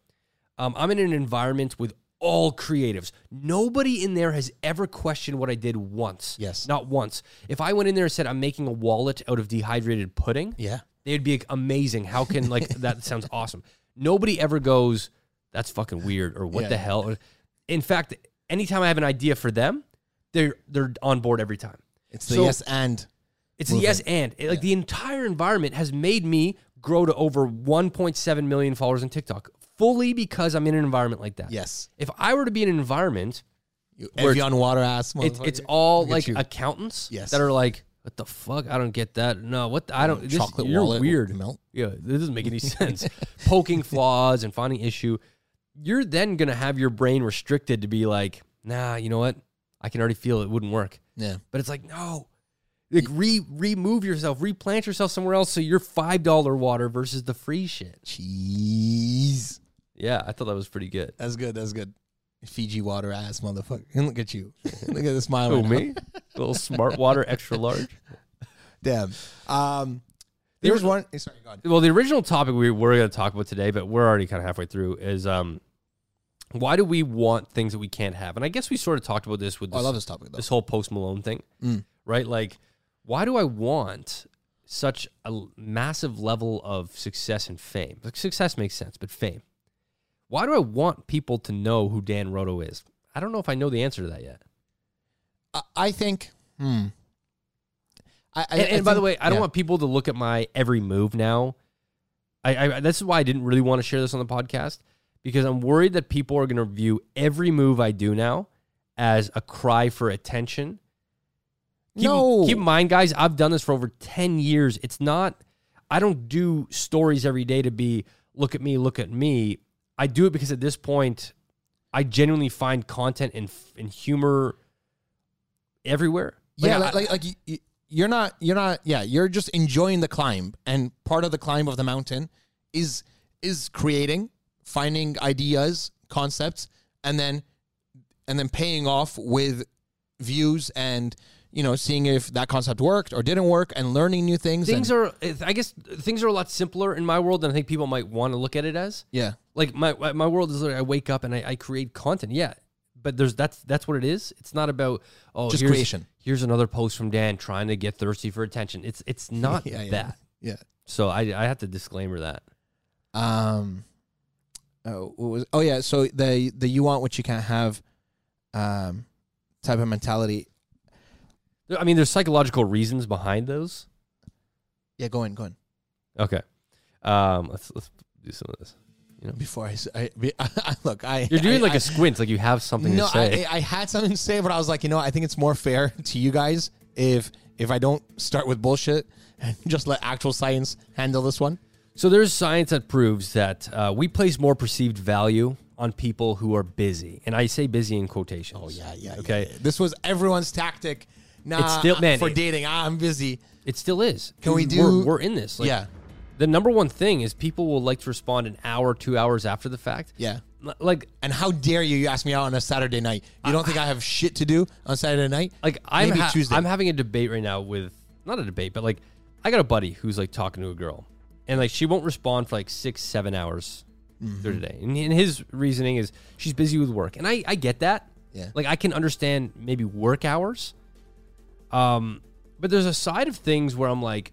A: um, I'm in an environment with all creatives. Nobody in there has ever questioned what I did once.
B: Yes.
A: Not once. If I went in there and said, I'm making a wallet out of dehydrated pudding,
B: yeah.
A: they'd be like, amazing. How can, like, that sounds awesome. Nobody ever goes, that's fucking weird or what
B: Yeah,
A: the
B: yeah.
A: hell. Or- In fact, anytime I have an idea for them, they're, they're on board every time.
B: It's the
A: So-
B: yes and.
A: It's a yes and. It- like the entire environment has made me grow to over 1.7 million followers on TikTok fully because I'm in an environment like that.
B: Yes.
A: If I were to be in an environment,
B: You
A: Where it's-
B: Evian water ass.
A: it's it's
B: motherfucker.
A: all
B: Look at
A: like
B: you.
A: accountants
B: Yes.
A: that are like, what the fuck? I don't get that. No, what? The, I don't. This,
B: Chocolate
A: you're
B: wallet
A: weird.
B: will melt.
A: Yeah, this doesn't make any sense. Poking flaws and finding issue. You're then gonna have your brain restricted to be like, nah, you know what? I can already feel it wouldn't work.
B: Yeah.
A: But it's like, no. Like re remove yourself, replant yourself somewhere else so you're five dollar water versus the free shit.
B: Jeez.
A: Yeah, I thought that was pretty good.
B: That's good. That's good. Fiji water ass motherfucker. And look at you. look at the smile.
A: Oh
B: right now.
A: me? little smart water extra large.
B: Damn. Um, there was one. eh, Sorry, go on.
A: Well, the original topic we were going to talk about today, but we're already kind of halfway through, is um, why do we want things that we can't have? And I guess we sort of talked about this with
B: Oh, I
A: this,
B: love this topic though.
A: this whole Post Malone thing, right? Like, why do I want such a l- massive level of success and fame? Like, success makes sense, but fame. Why do I want people to know who Dan Roto is? I don't know if I know the answer to that yet.
B: I, I think. Hmm. I, I,
A: And,
B: I
A: and by
B: think-
A: the way, I don't
B: yeah.
A: want people to look at my every move now. I, I this is why I didn't really want to share this on the podcast because I'm worried that people are going to view every move I do now as a cry for attention. Keep,
B: no.
A: keep in mind, guys, I've done this for over ten years. It's not. I don't do stories every day to be look at me, look at me. I do it because at this point, I genuinely find content and and humor everywhere.
B: yeah,
A: I-
B: like, like, like you- you, you're not, you're not, yeah, you're just enjoying the climb, and part of the climb of the mountain is is creating, finding ideas, concepts, and then and then paying off with views and you know seeing if that concept worked or didn't work and learning new things.
A: things
B: and,
A: are i guess things are a lot simpler in my world than i think people might want to look at it as
B: yeah,
A: like my my my world is literally i wake up and i, I create content yeah but there's that's that's what it is it's not about oh
B: Just
A: here's,
B: creation.
A: here's another post from dan trying to get thirsty for attention it's it's not
B: yeah, yeah,
A: that
B: yeah.
A: so i i have to disclaimer that
B: Um, oh, what was, oh yeah. So the the you want what you can't have, um, type of mentality.
A: There- i mean there's psychological reasons behind those
B: Yeah, go in, go in.
A: okay um let's let's do some of this
B: Before I, s- I- be- look, I
A: you're doing
B: I-
A: like a
B: I-
A: squint like you have something
B: no.
A: to say
B: I, I had something to say, but I was like, you know, what, I think it's more fair to you guys if if I don't start with bullshit and just let actual science handle this one.
A: So there's science that proves that uh, we place more perceived value on people who are busy, and I say busy in quotations. Oh okay.
B: This was everyone's tactic. Nah,
A: It's still- man,
B: for
A: it-
B: dating. I'm busy.
A: It still is.
B: Can we
A: We're,
B: do-
A: we're in this. Like,
B: yeah,
A: The number one thing is people will like to respond an hour, two hours after the fact.
B: yeah.
A: L- Like,
B: And how dare you? You ask me out on a Saturday night. You don't think I have shit to do on Saturday night?
A: like I'm
B: Maybe
A: ha-
B: Tuesday.
A: I'm having a debate right now with not a debate, but like I got a buddy who's like talking to a girl, and like she won't respond for like six, seven hours through
B: Mm-hmm.
A: the day, and, and his reasoning is she's busy with work, and I I get that.
B: Yeah.
A: like I can understand maybe work hours. Um, but there's a side of things where I'm like,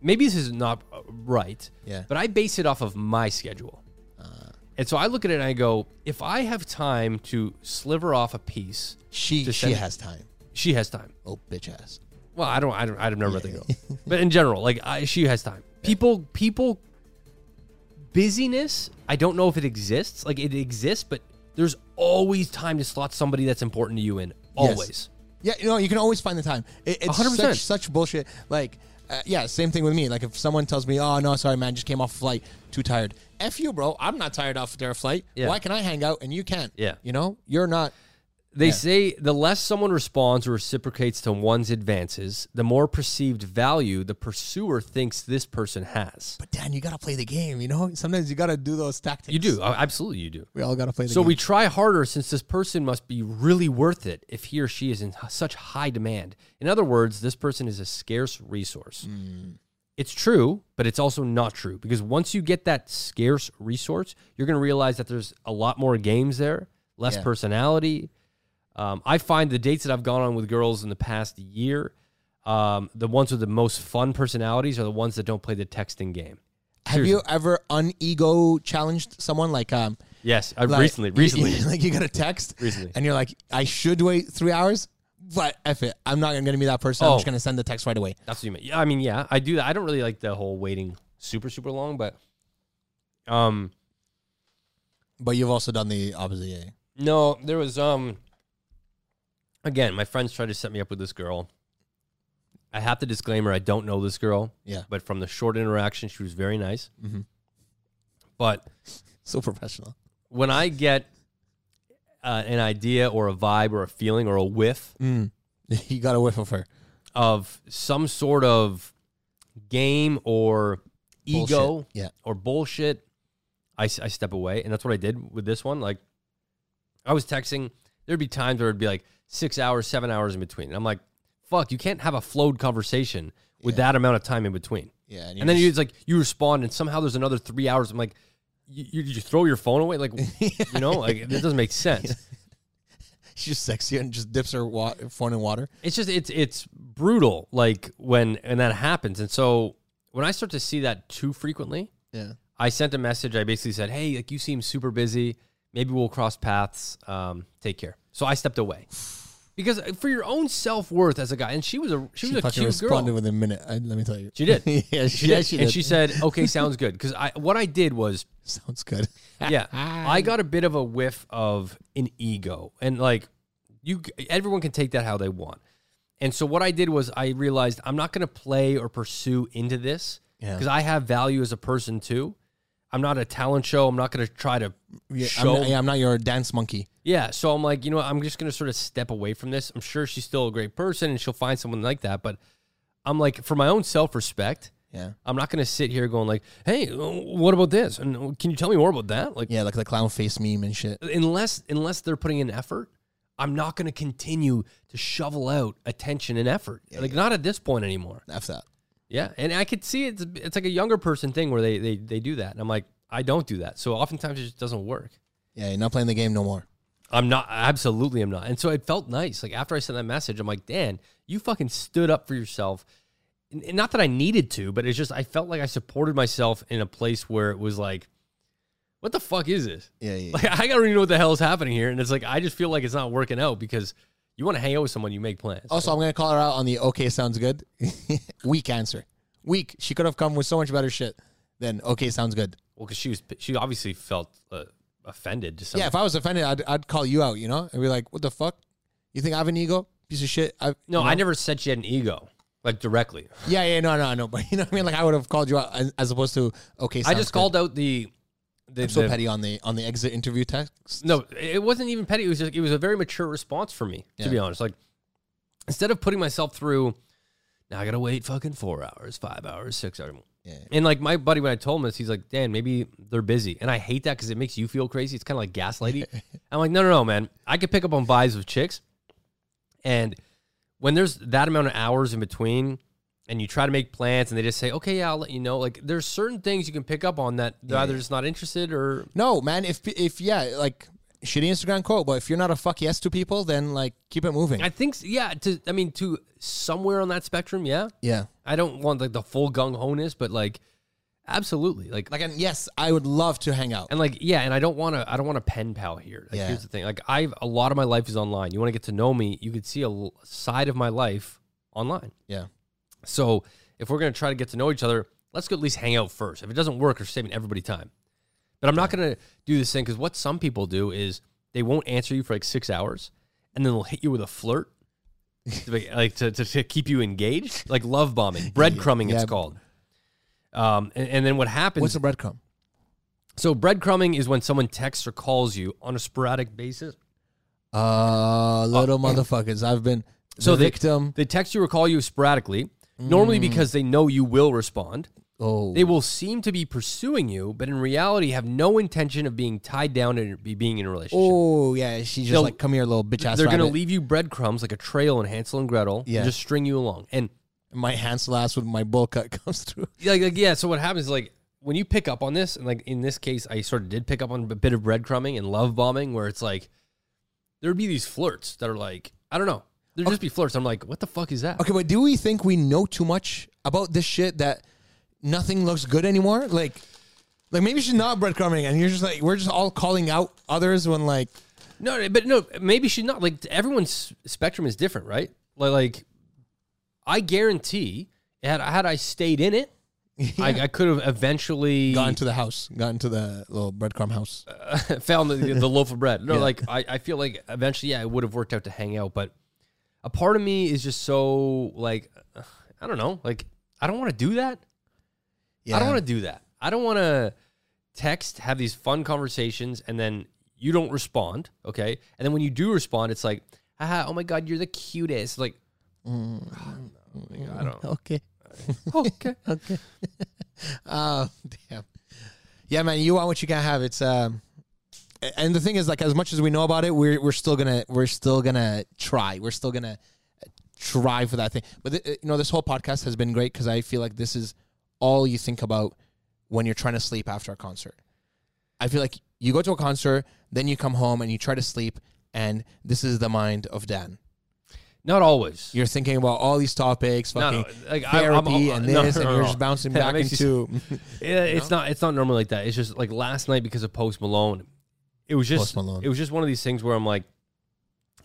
A: maybe this is not uh, right.
B: Yeah. Uh.
A: But I base it off of my schedule. and so I look at it and I go, if I have time to sliver off a piece,
B: she
A: Just
B: she
A: send-
B: has time.
A: she has time.
B: Oh, bitch ass.
A: Well, I don't, I don't, I've never met the girl, but in general, like I, she has time. People, people, busyness. I don't know if it exists. Like it exists, but there's always time to slot somebody that's important to you in. Always.
B: Yeah, you know, you can always find the time. It, it's
A: 100%.
B: such such bullshit. Like, uh, yeah, same thing with me. Like, if someone tells me, "Oh no, sorry, man, just came off a flight, too tired." F you, bro. I'm not tired off their flight.
A: Yeah.
B: Why can I hang out and you can't?
A: Yeah.
B: you know, you're not.
A: They say the less someone responds or reciprocates to one's advances, the more perceived value the pursuer thinks this person has.
B: But Dan, you gotta play the game. You know, sometimes you gotta do those tactics.
A: You do. Uh, Absolutely, you do.
B: We all gotta play the
A: So
B: game.
A: we try harder since this person must be really worth it if he or she is in h- such high demand. In other words, this person is a scarce resource.
B: Mm.
A: It's true, but it's also not true because once you get that scarce resource, you're going to realize that there's a lot more games there, less
B: Yeah.
A: personality. Um, I find the dates that I've gone on with girls in the past year, um, the ones with the most fun personalities are the ones that don't play the texting game.
B: Have you ever unego challenged someone? Like, um,
A: Yes, I
B: like-
A: recently, recently.
B: like you got a text
A: Recently.
B: and you're like, I should wait three hours, but F it. I'm not gonna be that person.
A: Oh.
B: I'm just gonna send the text right away.
A: That's what you mean. Yeah, I mean, yeah, I do that. I don't really like the whole waiting super super long, but um,
B: But you've also done the opposite. Yeah.
A: no, there was um, again, my friends tried to set me up with this girl. I have to disclaimer, I don't know this girl.
B: Yeah.
A: but from the short interaction, she was very nice.
B: Mm-hmm.
A: But
B: So professional.
A: when I get uh, an idea or a vibe or a feeling or a whiff
B: Mm. you got a whiff of her.
A: of some sort of game or ego
B: Bullshit. Yeah.
A: or bullshit, I, s- I step away. And that's what I did with this one. Like, I was texting. There'd be times where it'd be like six hours, seven hours in between. And I'm like, fuck, you can't have a flowed conversation with that amount of time in between.
B: Yeah.
A: And then you just like, you respond, and somehow there's another three hours. I'm like, you, you, you throw your phone away? Like, you know, like, it doesn't make sense.
B: she's sexy and just dips her wa- phone in water.
A: it's just it's it's brutal like when and that happens and so when i start to see that too frequently
B: Yeah.
A: i sent a message i basically said hey like you seem super busy maybe we'll cross paths um, take care so i stepped away because uh, for your own self-worth as a guy and she was a she,
B: She
A: was a
B: fucking
A: cute
B: responded
A: girl
B: with a minute. I, let me tell you.
A: She did.
B: yeah, she, yeah, she did.
A: and she said okay sounds good because i what i did was
B: sounds good.
A: yeah i got a bit of a whiff of an ego and like you everyone can take that how they want and so what i did was i realized i'm not going to play or pursue into this
B: Yeah.
A: because i have value as a person too i'm not a talent show i'm not going to try to
B: Yeah,
A: show
B: I'm, not- yeah, I'm not your dance monkey.
A: yeah, so I'm like, you know, what, I'm just gonna sort of step away from this. I'm sure she's still a great person and she'll find someone like that, but I'm like, for my own self respect,
B: Yeah.
A: I'm not gonna sit here going like, hey, uh, what about this? And uh, can you tell me more about that? Like,
B: Yeah, like the clown face meme and shit.
A: unless unless they're putting in effort, I'm not going to continue to shovel out attention and effort. like not at this point anymore.
B: F that.
A: Yeah, and I could see it's it's like a younger person thing where they they they do that, and I'm like, I don't do that. So oftentimes it just doesn't work.
B: Yeah, you're not playing the game no more.
A: I'm not I absolutely I'm not. And so it felt nice. Like after I sent that message, I'm like, Dan, you fucking stood up for yourself. And and not that I needed to, but it's just I felt like I supported myself in a place where it was like, what the fuck is this?
B: Yeah, yeah.
A: Like I don't even know what the hell is happening here, and it's like I just feel like it's not working out because you want to hang out with someone, you make plans.
B: Also, I'm gonna call her out on the okay sounds good. Weak answer. Weak. She could have come with so much better shit than okay sounds good.
A: Well, because she was she obviously felt uh, offended to some.
B: Yeah, if I was offended, I'd, I'd call you out. You know, and be like, "What the fuck? You think I have an ego? Piece of shit." I,
A: no, I never said she had an ego like directly.
B: Yeah, yeah, no, no, no. But you know what I mean? Like I would have called you out as, as opposed to okay.
A: I
B: sounds
A: just
B: good.
A: called out the. the
B: I'm so
A: the-
B: petty on the on the exit interview text.
A: No, it wasn't even petty. It was just, it was a very mature response for me, to
B: Yeah.
A: be honest. Like instead of putting myself through, now I gotta wait fucking four hours, five hours, six hours.
B: Yeah.
A: And like my buddy, when I told him this, he's like, "Dan, maybe they're busy," and I hate that because it makes you feel crazy. It's kind of like gaslighting. I'm like, "No, no, no, man. I could pick up on vibes with chicks, and when there's that amount of hours in between." And you try to make plans, and they just say, "Okay, yeah, I'll let you know." Like, there's certain things you can pick up on that they're either just not interested or
B: No, man. If if yeah, like shitty Instagram quote. But if you're not a fuck yes to people, then like keep it moving.
A: I think s- yeah. To I mean, to somewhere on that spectrum, yeah.
B: yeah.
A: I don't want like the full gung ho ness, but like absolutely, like,
B: Like and yes, I would love to hang out.
A: and like yeah. And I don't want to. I don't want to pen pal here. Like,
B: Yeah.
A: Here's the thing. Like I've a lot of my life is online. You want to get to know me, you could see a l- side of my life online.
B: Yeah.
A: So if we're gonna try to get to know each other, let's go at least hang out first. If it doesn't work, we're saving everybody time. But I'm not gonna do this thing because what some people do is they won't answer you for like six hours, and then they'll hit you with a flirt. To be- like to, to, to keep you engaged, like love bombing, breadcrumbing.
B: Yeah.
A: It's called. Um, and, and then what happens?
B: What's a breadcrumb?
A: so breadcrumbing is when someone texts or calls you on a sporadic basis.
B: Uh, little motherfuckers. I've been
A: Oh, So
B: so
A: they-
B: victim. Mm.
A: They text you or call you sporadically, normally because they know you will respond.
B: oh,
A: They will seem to be pursuing you, but in reality have no intention of being tied down and be- being in a relationship.
B: oh yeah. She's just
A: They'll-
B: like, come here, little bitch ass.
A: They're
B: rabbit.
A: going to leave you breadcrumbs like a trail in Hansel and Gretel
B: Yeah.
A: and just string you along. And
B: My Hansel ass with my bowl cut comes through.
A: like, like yeah, so what happens is like when you pick up on this, and like in this case, I sort of did pick up on a bit of breadcrumbing and love bombing where it's like there'd be these flirts that are like, I don't know. There'd just be flirts. I'm like, what the fuck is that?
B: Okay, but do we think we know too much about this shit that nothing looks good anymore? Like, like maybe she's not breadcrumbing, and you're just like, we're just all calling out others when like,
A: No, no, but no, maybe she's not. Like everyone's spectrum is different, right? Like, like I guarantee, had had I stayed in it, I, I could have eventually
B: gone to the house, gone to the little breadcrumb house.
A: found the, the loaf of bread. No, like I, I feel like eventually, yeah, it would have worked out to hang out. But a part of me is just so like, ugh, I don't know, like I don't want to do that. I don't want to do that. I don't want to text, have these fun conversations, and then you don't respond. Okay, and then when you do respond, it's like, haha, oh my god, you're the cutest. Like, no, like, I don't.
B: Okay.
A: okay,
B: Mm. Okay. oh damn. Yeah, man. You want what you can have. It's um, a- and the thing is, like, as much as we know about it, we're we're still gonna we're still gonna try. We're still gonna uh, try for that thing. But th- you know, this whole podcast has been great because I feel like this is all you think about when you're trying to sleep after a concert. I feel like you go to a concert, then you come home and you try to sleep, and this is the mind of Dan.
A: not always.
B: You're thinking about all these topics,
A: No, no,
B: fucking
A: like, I- I'm-
B: therapy
A: I'm-
B: and
A: no,
B: this,
A: no,
B: and
A: no,
B: you're
A: no.
B: just bouncing
A: That
B: back
A: makes you
B: into.
A: Yeah, it's not it's not normally like that. It's just like last night because of Post Malone. It was just
B: Post Malone.
A: it was just one of these things where I'm like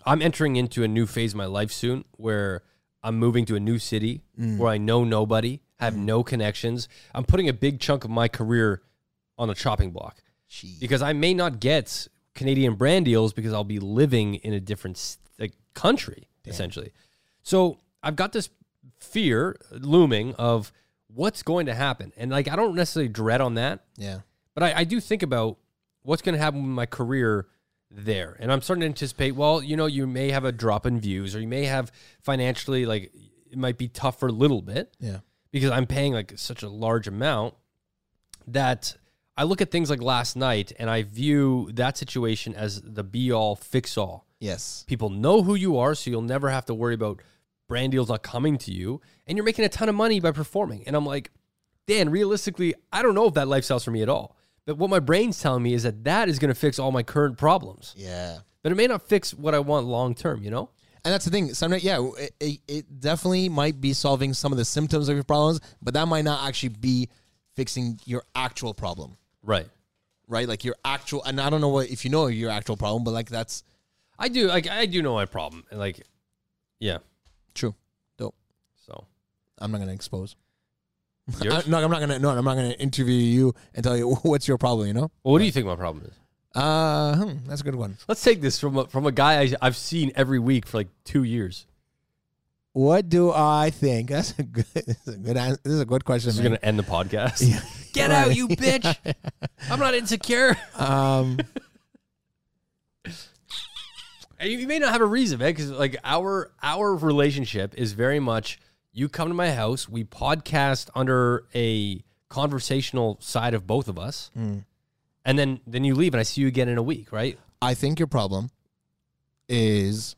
A: I'm entering into a new phase of my life soon where I'm moving to a new city
B: Mm.
A: where I know nobody, have no connections. I'm putting a big chunk of my career on a chopping block because I may not get Canadian brand deals because I'll be living in a different s- like, country essentially. So I've got this fear looming of what's going to happen, and like I don't necessarily dread on that,
B: Yeah.
A: but I, I do think about what's going to happen with my career there, and I'm starting to anticipate. Well, you know, you may have a drop in views, or you may have financially like it might be tough for a little bit
B: Yeah.
A: because I'm paying like such a large amount that I look at things like last night and I view that situation as the be all fix all.
B: Yes.
A: People know who you are, so you'll never have to worry about brand deals not coming to you, and you're making a ton of money by performing. And I'm like, Dan, realistically, I don't know if that lifestyle's for me at all. But what my brain's telling me is that that is going to fix all my current problems,
B: Yeah.
A: but it may not fix what I want long term. You know?
B: And that's the thing. Sometimes, yeah, it, it, it definitely might be solving some of the symptoms of your problems, but that might not actually be fixing your actual problem,
A: Right.
B: right? Like your actual, and I don't know what if you know your actual problem, but like that's
A: I do. Like I do know my problem. and, Like, yeah.
B: true. Dope.
A: So
B: I'm not gonna expose.
A: Yours?
B: I, no, I'm not gonna. No, I'm not gonna interview you and tell you what's your problem. You know.
A: Well, what do you think my problem is?
B: Uh, hmm, that's a good one.
A: Let's take this from a, from a guy I, I've seen every week for like two years.
B: What do I think? That's a good. That's a good. Answer. This is a good question.
A: This is
B: man.
A: gonna end the podcast. Get out, you bitch! I'm not insecure.
B: um.
A: And you, you may not have a reason, man, because like our our relationship is very much you come to my house, we podcast under a conversational side of both of us, and then then you leave, and I see you again in a week, right?
B: I think your problem is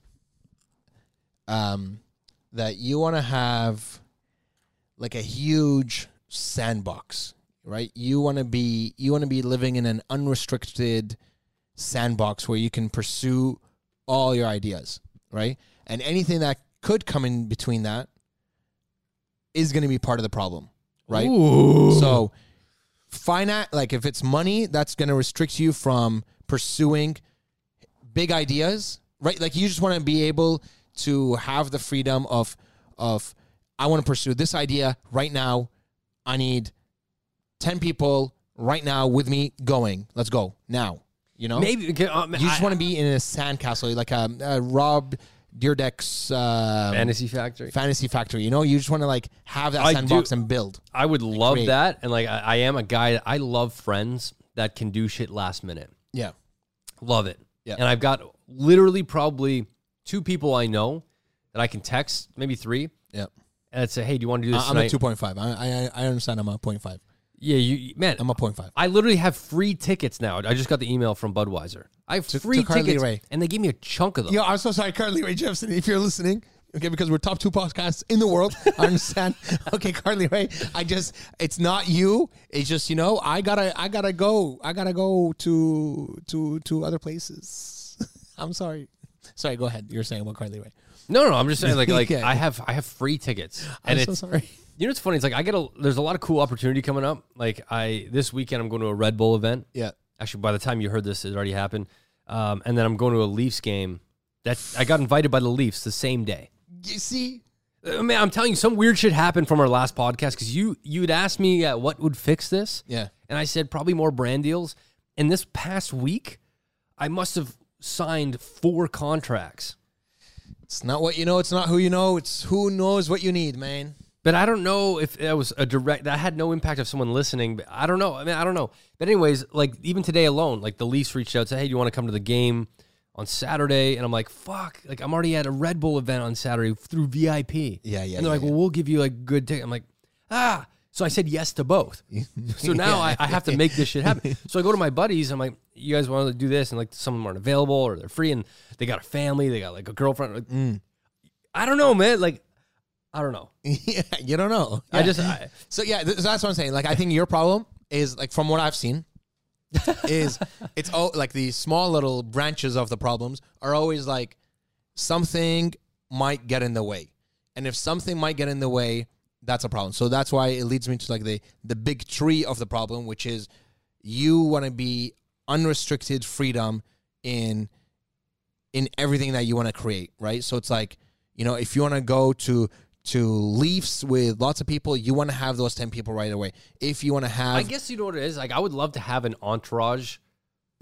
B: um, that you want to have like a huge sandbox, right? You want to be you want to be living in an unrestricted sandbox where you can pursue all your ideas, right? And anything that could come in between that is going to be part of the problem, right? So finite like if it's money, that's gonna restrict you from pursuing big ideas. Right? Like you just wanna be able to have the freedom of of I wanna pursue this idea right now. I need ten people right now with me going. Let's go now. You know?
A: Maybe okay, um,
B: You just
A: I-
B: want to be in a sandcastle, like um, uh, Rob Dear Deck's um,
A: Fantasy Factory.
B: Fantasy Factory. You know, you just want to like have that
A: I
B: sandbox
A: do-
B: and build.
A: I would love
B: create.
A: that. And like, I, I am a guy. I love friends that can do shit last minute.
B: Yeah.
A: Love it.
B: Yeah.
A: And I've got literally probably two people I know that I can text, maybe three,
B: Yeah.
A: and I'd say, "Hey, do you want to do this
B: I, I'm a
A: tonight?"
B: 2.5. I, I I understand I'm a 0.5.
A: yeah, you man.
B: I'm a 0.5.
A: I literally have free tickets now. I just got the email from Budweiser. I have free
B: to Carly
A: tickets,
B: Rae.
A: and they gave me a chunk of them.
B: Yo, I'm so sorry, Carly Ray Jepsen, if you're listening. Okay, because we're top two podcasts in the world. I understand. okay, Carly Ray, I just it's not you. It's just you know I gotta I gotta go. I gotta go to to to other places. I'm sorry. Sorry, go ahead. You're saying about Carly Ray.
A: No, no, I'm just saying like like
B: Yeah.
A: I have I have free tickets,
B: I'm
A: and
B: so
A: it's
B: sorry.
A: you know what's funny. It's like I get a there's a lot of cool opportunity coming up. Like I this weekend I'm going to a Red Bull event.
B: Yeah.
A: Actually, by the time you heard this, it already happened. Um, and then I'm going to a Leafs game. That I got invited by the Leafs the same day.
B: You see,
A: Uh, Man, I'm telling you, some weird shit happened from our last podcast because you you'd asked me uh, what would fix this.
B: Yeah.
A: and I said probably more brand deals. And this past week, I must have signed four contracts.
B: it's not what you know. It's not who you know. It's who knows what you need, man.
A: But I don't know if that was a direct. That had no impact of someone listening. But I don't know. I mean, I don't know. But anyways, like even today alone, like the Leafs reached out, said, "Hey, do you want to come to the game on Saturday?" And I'm like, "Fuck!" Like I'm already at a Red Bull event on Saturday through VIP.
B: Yeah, yeah,
A: And they're
B: yeah,
A: like, "Well, we'll give you like good ticket." I'm like, "Ah!" So I said yes to both. So now I, I have to make this shit happen. So I go to my buddies. I'm like, "You guys want to do this?" And like some of them aren't available or they're free and they got a family. They got like a girlfriend. Like,
B: Mm.
A: I don't know, man. Like I don't know.
B: yeah, you don't know.
A: I
B: Yeah.
A: just. I,
B: So yeah, th- that's what I'm saying. Like I think your problem is like from what I've seen is it's all like the small little branches of the problems are always like something might get in the way. And if something might get in the way, that's a problem. So that's why it leads me to like the the big tree of the problem, which is you want to be unrestricted freedom in in everything that you want to create, right? So it's like, you know, if you want to go to to Leafs with lots of people, you want to have those 10 people right away. If you want to have
A: I guess you know what it is. Like, I would love to have an entourage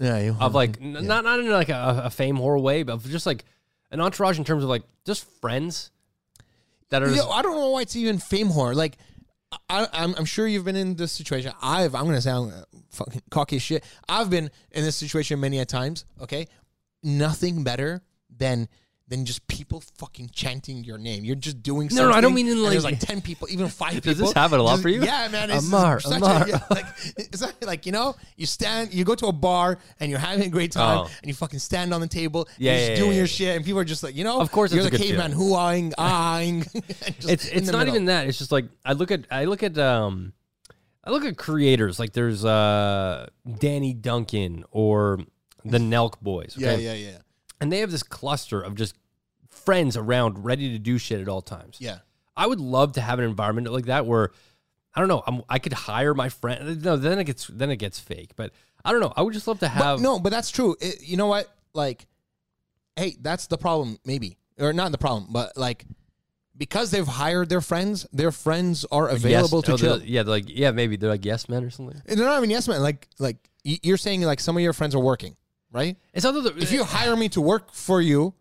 B: Mm-hmm. yeah, you,
A: of like n- not not in like a, a fame whore way, but just like an entourage in terms of like just friends that are.
B: Yo,
A: just-
B: I don't know why it's even fame whore. Like, I, I'm, I'm sure you've been in this situation. I've, I'm gonna sound uh, fucking cocky as shit. I've been in this situation many a times. Okay, nothing better than than just people fucking chanting your name. You're just doing
A: No,
B: something.
A: no, I don't mean in
B: and
A: like-
B: there's like ten people, even five people.
A: Does this happen a lot
B: Just-
A: for you?
B: Yeah, man. It's
A: Amar,
B: such
A: Amar.
B: A, yeah, like, it's not like you know, you stand, you go to a bar and you're having a great time,
A: Oh.
B: and you fucking stand on the table, and
A: Yeah,
B: you're just
A: yeah,
B: doing
A: yeah,
B: your
A: yeah.
B: shit, and people are just like, you know,
A: Of course
B: you're
A: it's
B: the
A: a good
B: caveman who ahing ahing.
A: it's it's not even that. It's just like I look at I look at um I look at creators like there's uh Danny Duncan or the Nelk Boys.
B: Yeah,
A: okay?
B: yeah, yeah,
A: And they have this cluster of just friends around, ready to do shit at all times.
B: yeah.
A: I would love to have an environment like that where I don't know. I'm, I could hire my friend. No, then it gets then it gets fake. But I don't know. I would just love to
B: But
A: have.
B: no, but that's true. It, you know what? Like, hey, that's the problem, maybe, or not the problem, but like, because they've hired their friends, their friends are
A: yes-
B: available
A: oh,
B: to
A: they're-
B: chill.
A: Yeah, they're like yeah, maybe they're like yes men or something.
B: And they're not even yes man. Like, like y- you're saying, like some of your friends are working, right?
A: It's other than
B: If you hire me to work for you,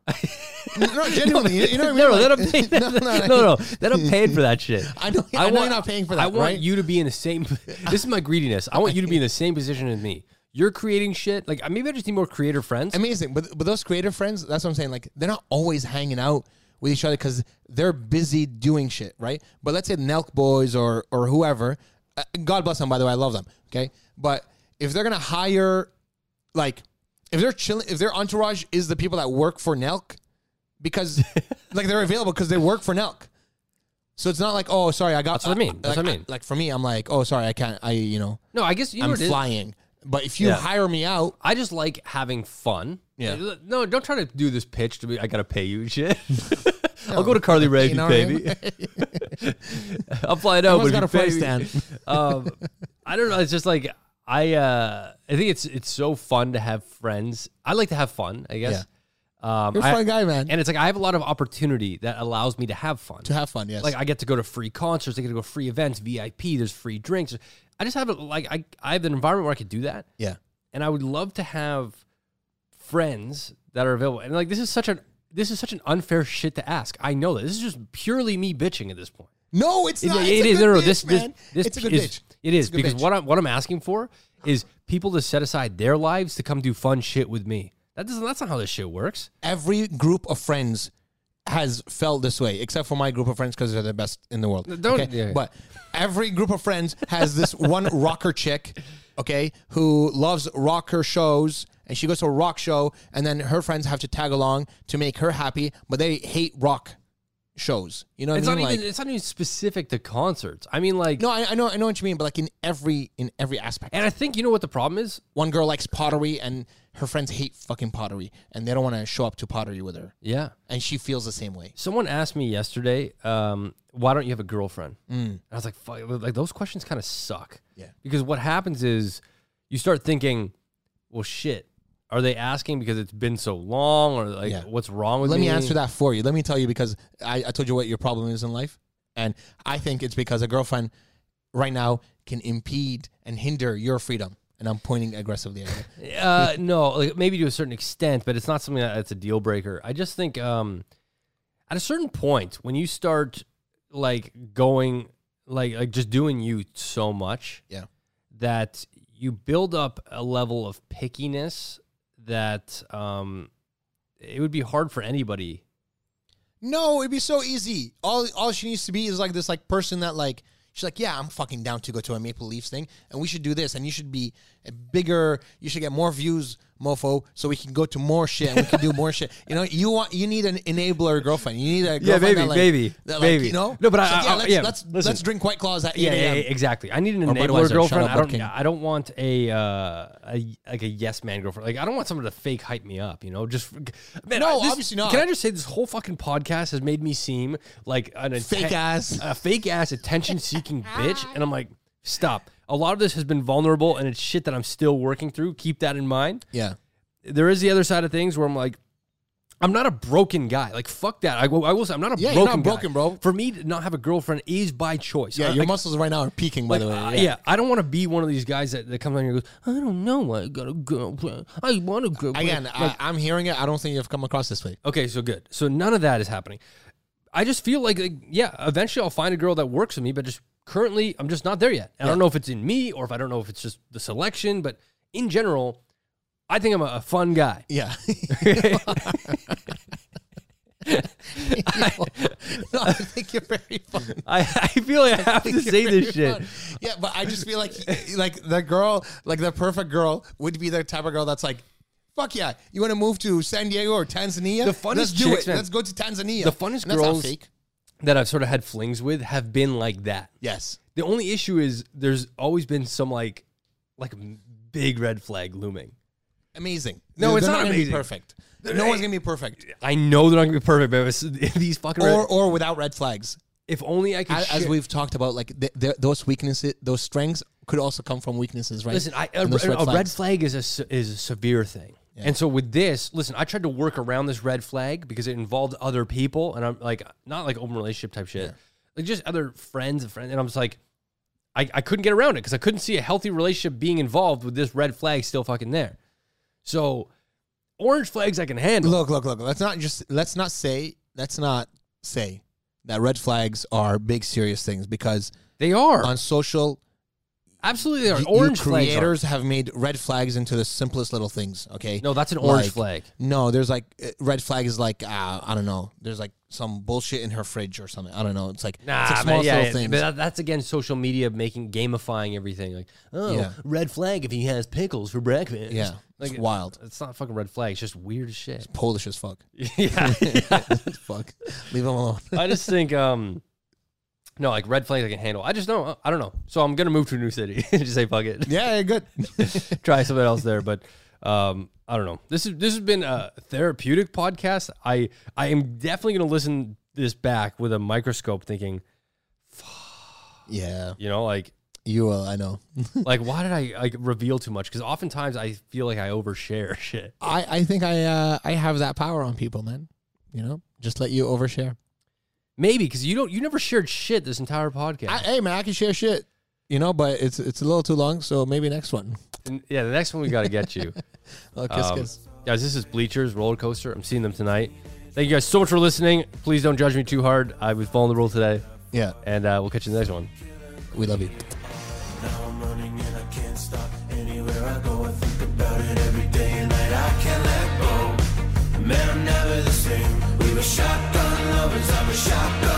B: no, genuinely, you know what I mean?
A: no, no,
B: Like-
A: they don't pay.
B: no,
A: no, no, they don't pay for that shit.
B: I know- I know you're not paying for that,
A: I want
B: right?
A: you to be in the same. This is my greediness. I want you to be in the same position as me. You're creating shit. Like uh, maybe I just need more creator friends.
B: amazing. But but those creative friends, that's what I'm saying. Like they're not always hanging out with each other because they're busy doing shit, right? But let's say Nelk boys or or whoever. Uh, God bless them, by the way. I love them. Okay, but if they're gonna hire, like, if they're chilling, if their entourage is the people that work for Nelk, because like they're available because they work for Nelk. So it's not like oh sorry I got
A: That's what I mean. That's
B: like,
A: what I mean.
B: like for me I'm like oh sorry I can't I you know
A: no, I guess you know
B: I'm
A: what it is?
B: flying but if you
A: Yeah.
B: hire me out
A: I just like having fun.
B: Yeah.
A: No, don't try to do this pitch to me. I gotta pay you and shit. I'll go to Carly
B: Oh, You
A: Rae if you
B: know
A: pay
B: what
A: me. I'll fly it out.
B: Someone's
A: but
B: got a
A: if you
B: price
A: pay me- Um, I don't know. It's just like I. Uh, I think it's it's so fun to have friends. I like to have fun. I guess. Um,
B: you're a
A: I-
B: fun guy man
A: And it's like I have a lot of opportunity that allows me to have fun.
B: to have fun yes
A: Like I get to go to free concerts, I get to go to free events, VIP. There's free drinks. I just have a, like I I have an environment where I could do that.
B: Yeah.
A: and I would love to have friends that are available. And like this is such an this is such an unfair shit to ask. I know that. This is just purely me bitching at this point.
B: No, it's
A: It-
B: not.
A: it
B: it's a
A: is.
B: good
A: No, no,
B: bitch,
A: this, this,
B: man.
A: this
B: it's a good
A: is,
B: bitch.
A: It is
B: It's a good
A: because
B: bitch.
A: what I'm what I'm asking for is people to set aside their lives to come do fun shit with me. That doesn't. That's not how this shit works.
B: every group of friends has felt this way, except for my group of friends because they're the best in the world.
A: don't-
B: okay?
A: yeah.
B: But every group of friends has this one rocker chick, okay, who loves rocker shows, and she goes to a rock show, and then her friends have to tag along to make her happy, but they hate rock shows. You know what
A: It's
B: I
A: not
B: mean?
A: even.
B: Like-
A: It's not even specific to concerts. I mean, like,
B: no, I, I know, I know what you mean, but like in every in every aspect.
A: and I think you know what the problem is.
B: one girl likes pottery, and her friends hate fucking pottery, and they don't want to show up to pottery with her,
A: Yeah.
B: and she feels the same way.
A: Someone asked me yesterday, um, why don't you have a girlfriend?
B: Mm.
A: And I was like, Fuck, like those questions kind of suck.
B: Yeah.
A: Because what happens is you start thinking, well, shit, are they asking because it's been so long or like
B: Yeah.
A: what's wrong with
B: Let
A: me?
B: me answer that for you. Let me tell you because I, I told you what your problem is in life. And I think it's because a girlfriend right now can impede and hinder your freedom. And I'm pointing aggressively at you.
A: Uh, no, like maybe to a certain extent, but it's not something that- that's a deal breaker. I just think um, at a certain point when you start like going like like just doing you so much,
B: Yeah.
A: that you build up a level of pickiness that um, it would be hard for anybody.
B: No, it'd be so easy. All all she needs to be is like this like person that like she's like, Yeah, I'm fucking down to go to a Maple Leafs thing and we should do this and you should be a bigger you should get more views, mofo, so we can go to more shit and we can do more shit. You know, you want you need an enabler girlfriend. You need a girlfriend
A: maybe,
B: that like,
A: maybe,
B: that like,
A: maybe.
B: you know?
A: No, but I-
B: She's like,
A: I-
B: yeah,
A: I-
B: let's,
A: yeah,
B: let's
A: listen.
B: let's drink white claws at 8
A: Yeah, yeah,
B: a.m.
A: exactly. I need an
B: E Or Budweiser.
A: enabler
B: Shut
A: girlfriend.
B: up,
A: I don't.
B: Burger King.
A: I don't want a, uh, a like a yes man girlfriend. Like I don't want someone to fake hype me up. You know, just man,
B: No,
A: I- this-
B: obviously not.
A: Can I just say this whole fucking podcast has made me seem like an atten-
B: Fake ass.
A: a fake ass attention seeking bitch, and I'm like, stop. A lot of this has been vulnerable, and it's shit that I'm still working through. Keep that in mind.
B: Yeah.
A: There is the other side of things where I'm like. I'm not a broken guy. Like fuck that. I, will- I will say I'm not a
B: Yeah,
A: broken
B: you're not
A: guy.
B: broken, bro.
A: For me to not have a girlfriend is by choice.
B: Yeah,
A: I-
B: your
A: like,
B: muscles right now are peaking, by
A: like,
B: the way.
A: uh, yeah. I don't want to be one of these guys that, that comes on here and goes, I don't know. I got a girlfriend. I want a girlfriend.
B: Again, I, uh, I'm hearing it. I don't think you've come across this way.
A: okay, so good. So none of that is happening. I just feel like, like, yeah, eventually I'll find a girl that works with me, but just currently I'm just not there yet. And I don't know if it's in me or if I don't know if it's just the selection, but in general, I think I'm a, a fun guy.
B: Yeah. no, I think you're very fun.
A: I, I feel like I have to say this shit.
B: Yeah, but I just feel like like the girl, like the perfect girl, would be the type of girl that's like, "Fuck yeah, you want to move to San Diego or Tanzania?
A: The funnest
B: Let's do
A: chicks,
B: it.
A: man.
B: Let's go to Tanzania.
A: The funnest
B: And that's
A: girls-
B: Not fake.
A: That I've sort of had flings with have been like that.
B: Yes.
A: The only issue is there's always been some like, like m- big red flag looming.
B: Amazing.
A: No, it's
B: They're
A: not
B: gonna be
A: amazing.
B: perfect. No one's gonna be perfect,
A: I know they're not gonna be perfect, but it's- these fucking.
B: or or without red flags.
A: if only I could.
B: as, as
A: share-
B: we've talked about, like th- th- those weaknesses, those strengths could also come from weaknesses, right?
A: listen, I, a,
B: And those
A: a- a red
B: flags.
A: flag is a se- is a severe thing, and so with this, listen, I tried to work around this red flag because it involved other people, and I'm like not like open relationship type shit, like just other friends and friends, and I'm just like. I, I couldn't get around it because I couldn't see a healthy relationship being involved with this red flag still fucking there. So, orange flags I can handle.
B: Look, look, look. Let's not just let's not say let's not say that red flags are big serious things because
A: they are
B: on social,
A: absolutely they are.
B: y- you
A: orange flags. Are.
B: creators have made red flags into the simplest little things. Okay,
A: No, that's an orange
B: Like,
A: flag.
B: No, there's like uh, red flag is like uh, I don't know. There's like some bullshit in her fridge or something. I don't know. It's like
A: Nah,
B: it's like
A: but
B: smallest
A: yeah,
B: little
A: yeah,
B: things.
A: but that- that's again social media making gamifying everything. Like, oh,
B: Yeah.
A: red flag if he has pickles for breakfast.
B: yeah,
A: like
B: it's wild.
A: It's not fucking red flag. It's just weird as shit.
B: Polish as fuck.
A: yeah,
B: fuck. Leave them alone.
A: I just think, um, no, like red flags I can handle. I just don't. I don't know. So I'm gonna move to a new city. just say fuck it.
B: Yeah, yeah, good.
A: Try something else there, but. Um, I don't know. This is this has been a therapeutic podcast. I I am definitely going to listen this back with a microscope, thinking,
B: yeah,
A: you know, like
B: you will. I know.
A: like why did i like reveal too much because oftentimes i feel like i overshare shit
B: I, I think I uh, I have that power on people, man. You know, just let you overshare.
A: maybe because you don't you never shared shit this entire podcast
B: I, hey, man, I can share shit. You know, but it's it's a little too long, so maybe next one.
A: And, yeah the next one we gotta get you
B: Oh, kiss,
A: Um,
B: kiss.
A: guys this is bleachers roller coaster i'm seeing them tonight Thank you guys so much for listening. Please don't judge me too hard. I was following the rule today,
B: Yeah,
A: and uh, we'll catch you in the next one.
B: we love you.
D: Now I'm running and I can't stop. Anywhere I go, I think about it every day and night. I can't let go. Man, I'm never the same. We were shotgun lovers, I'm a shotgun.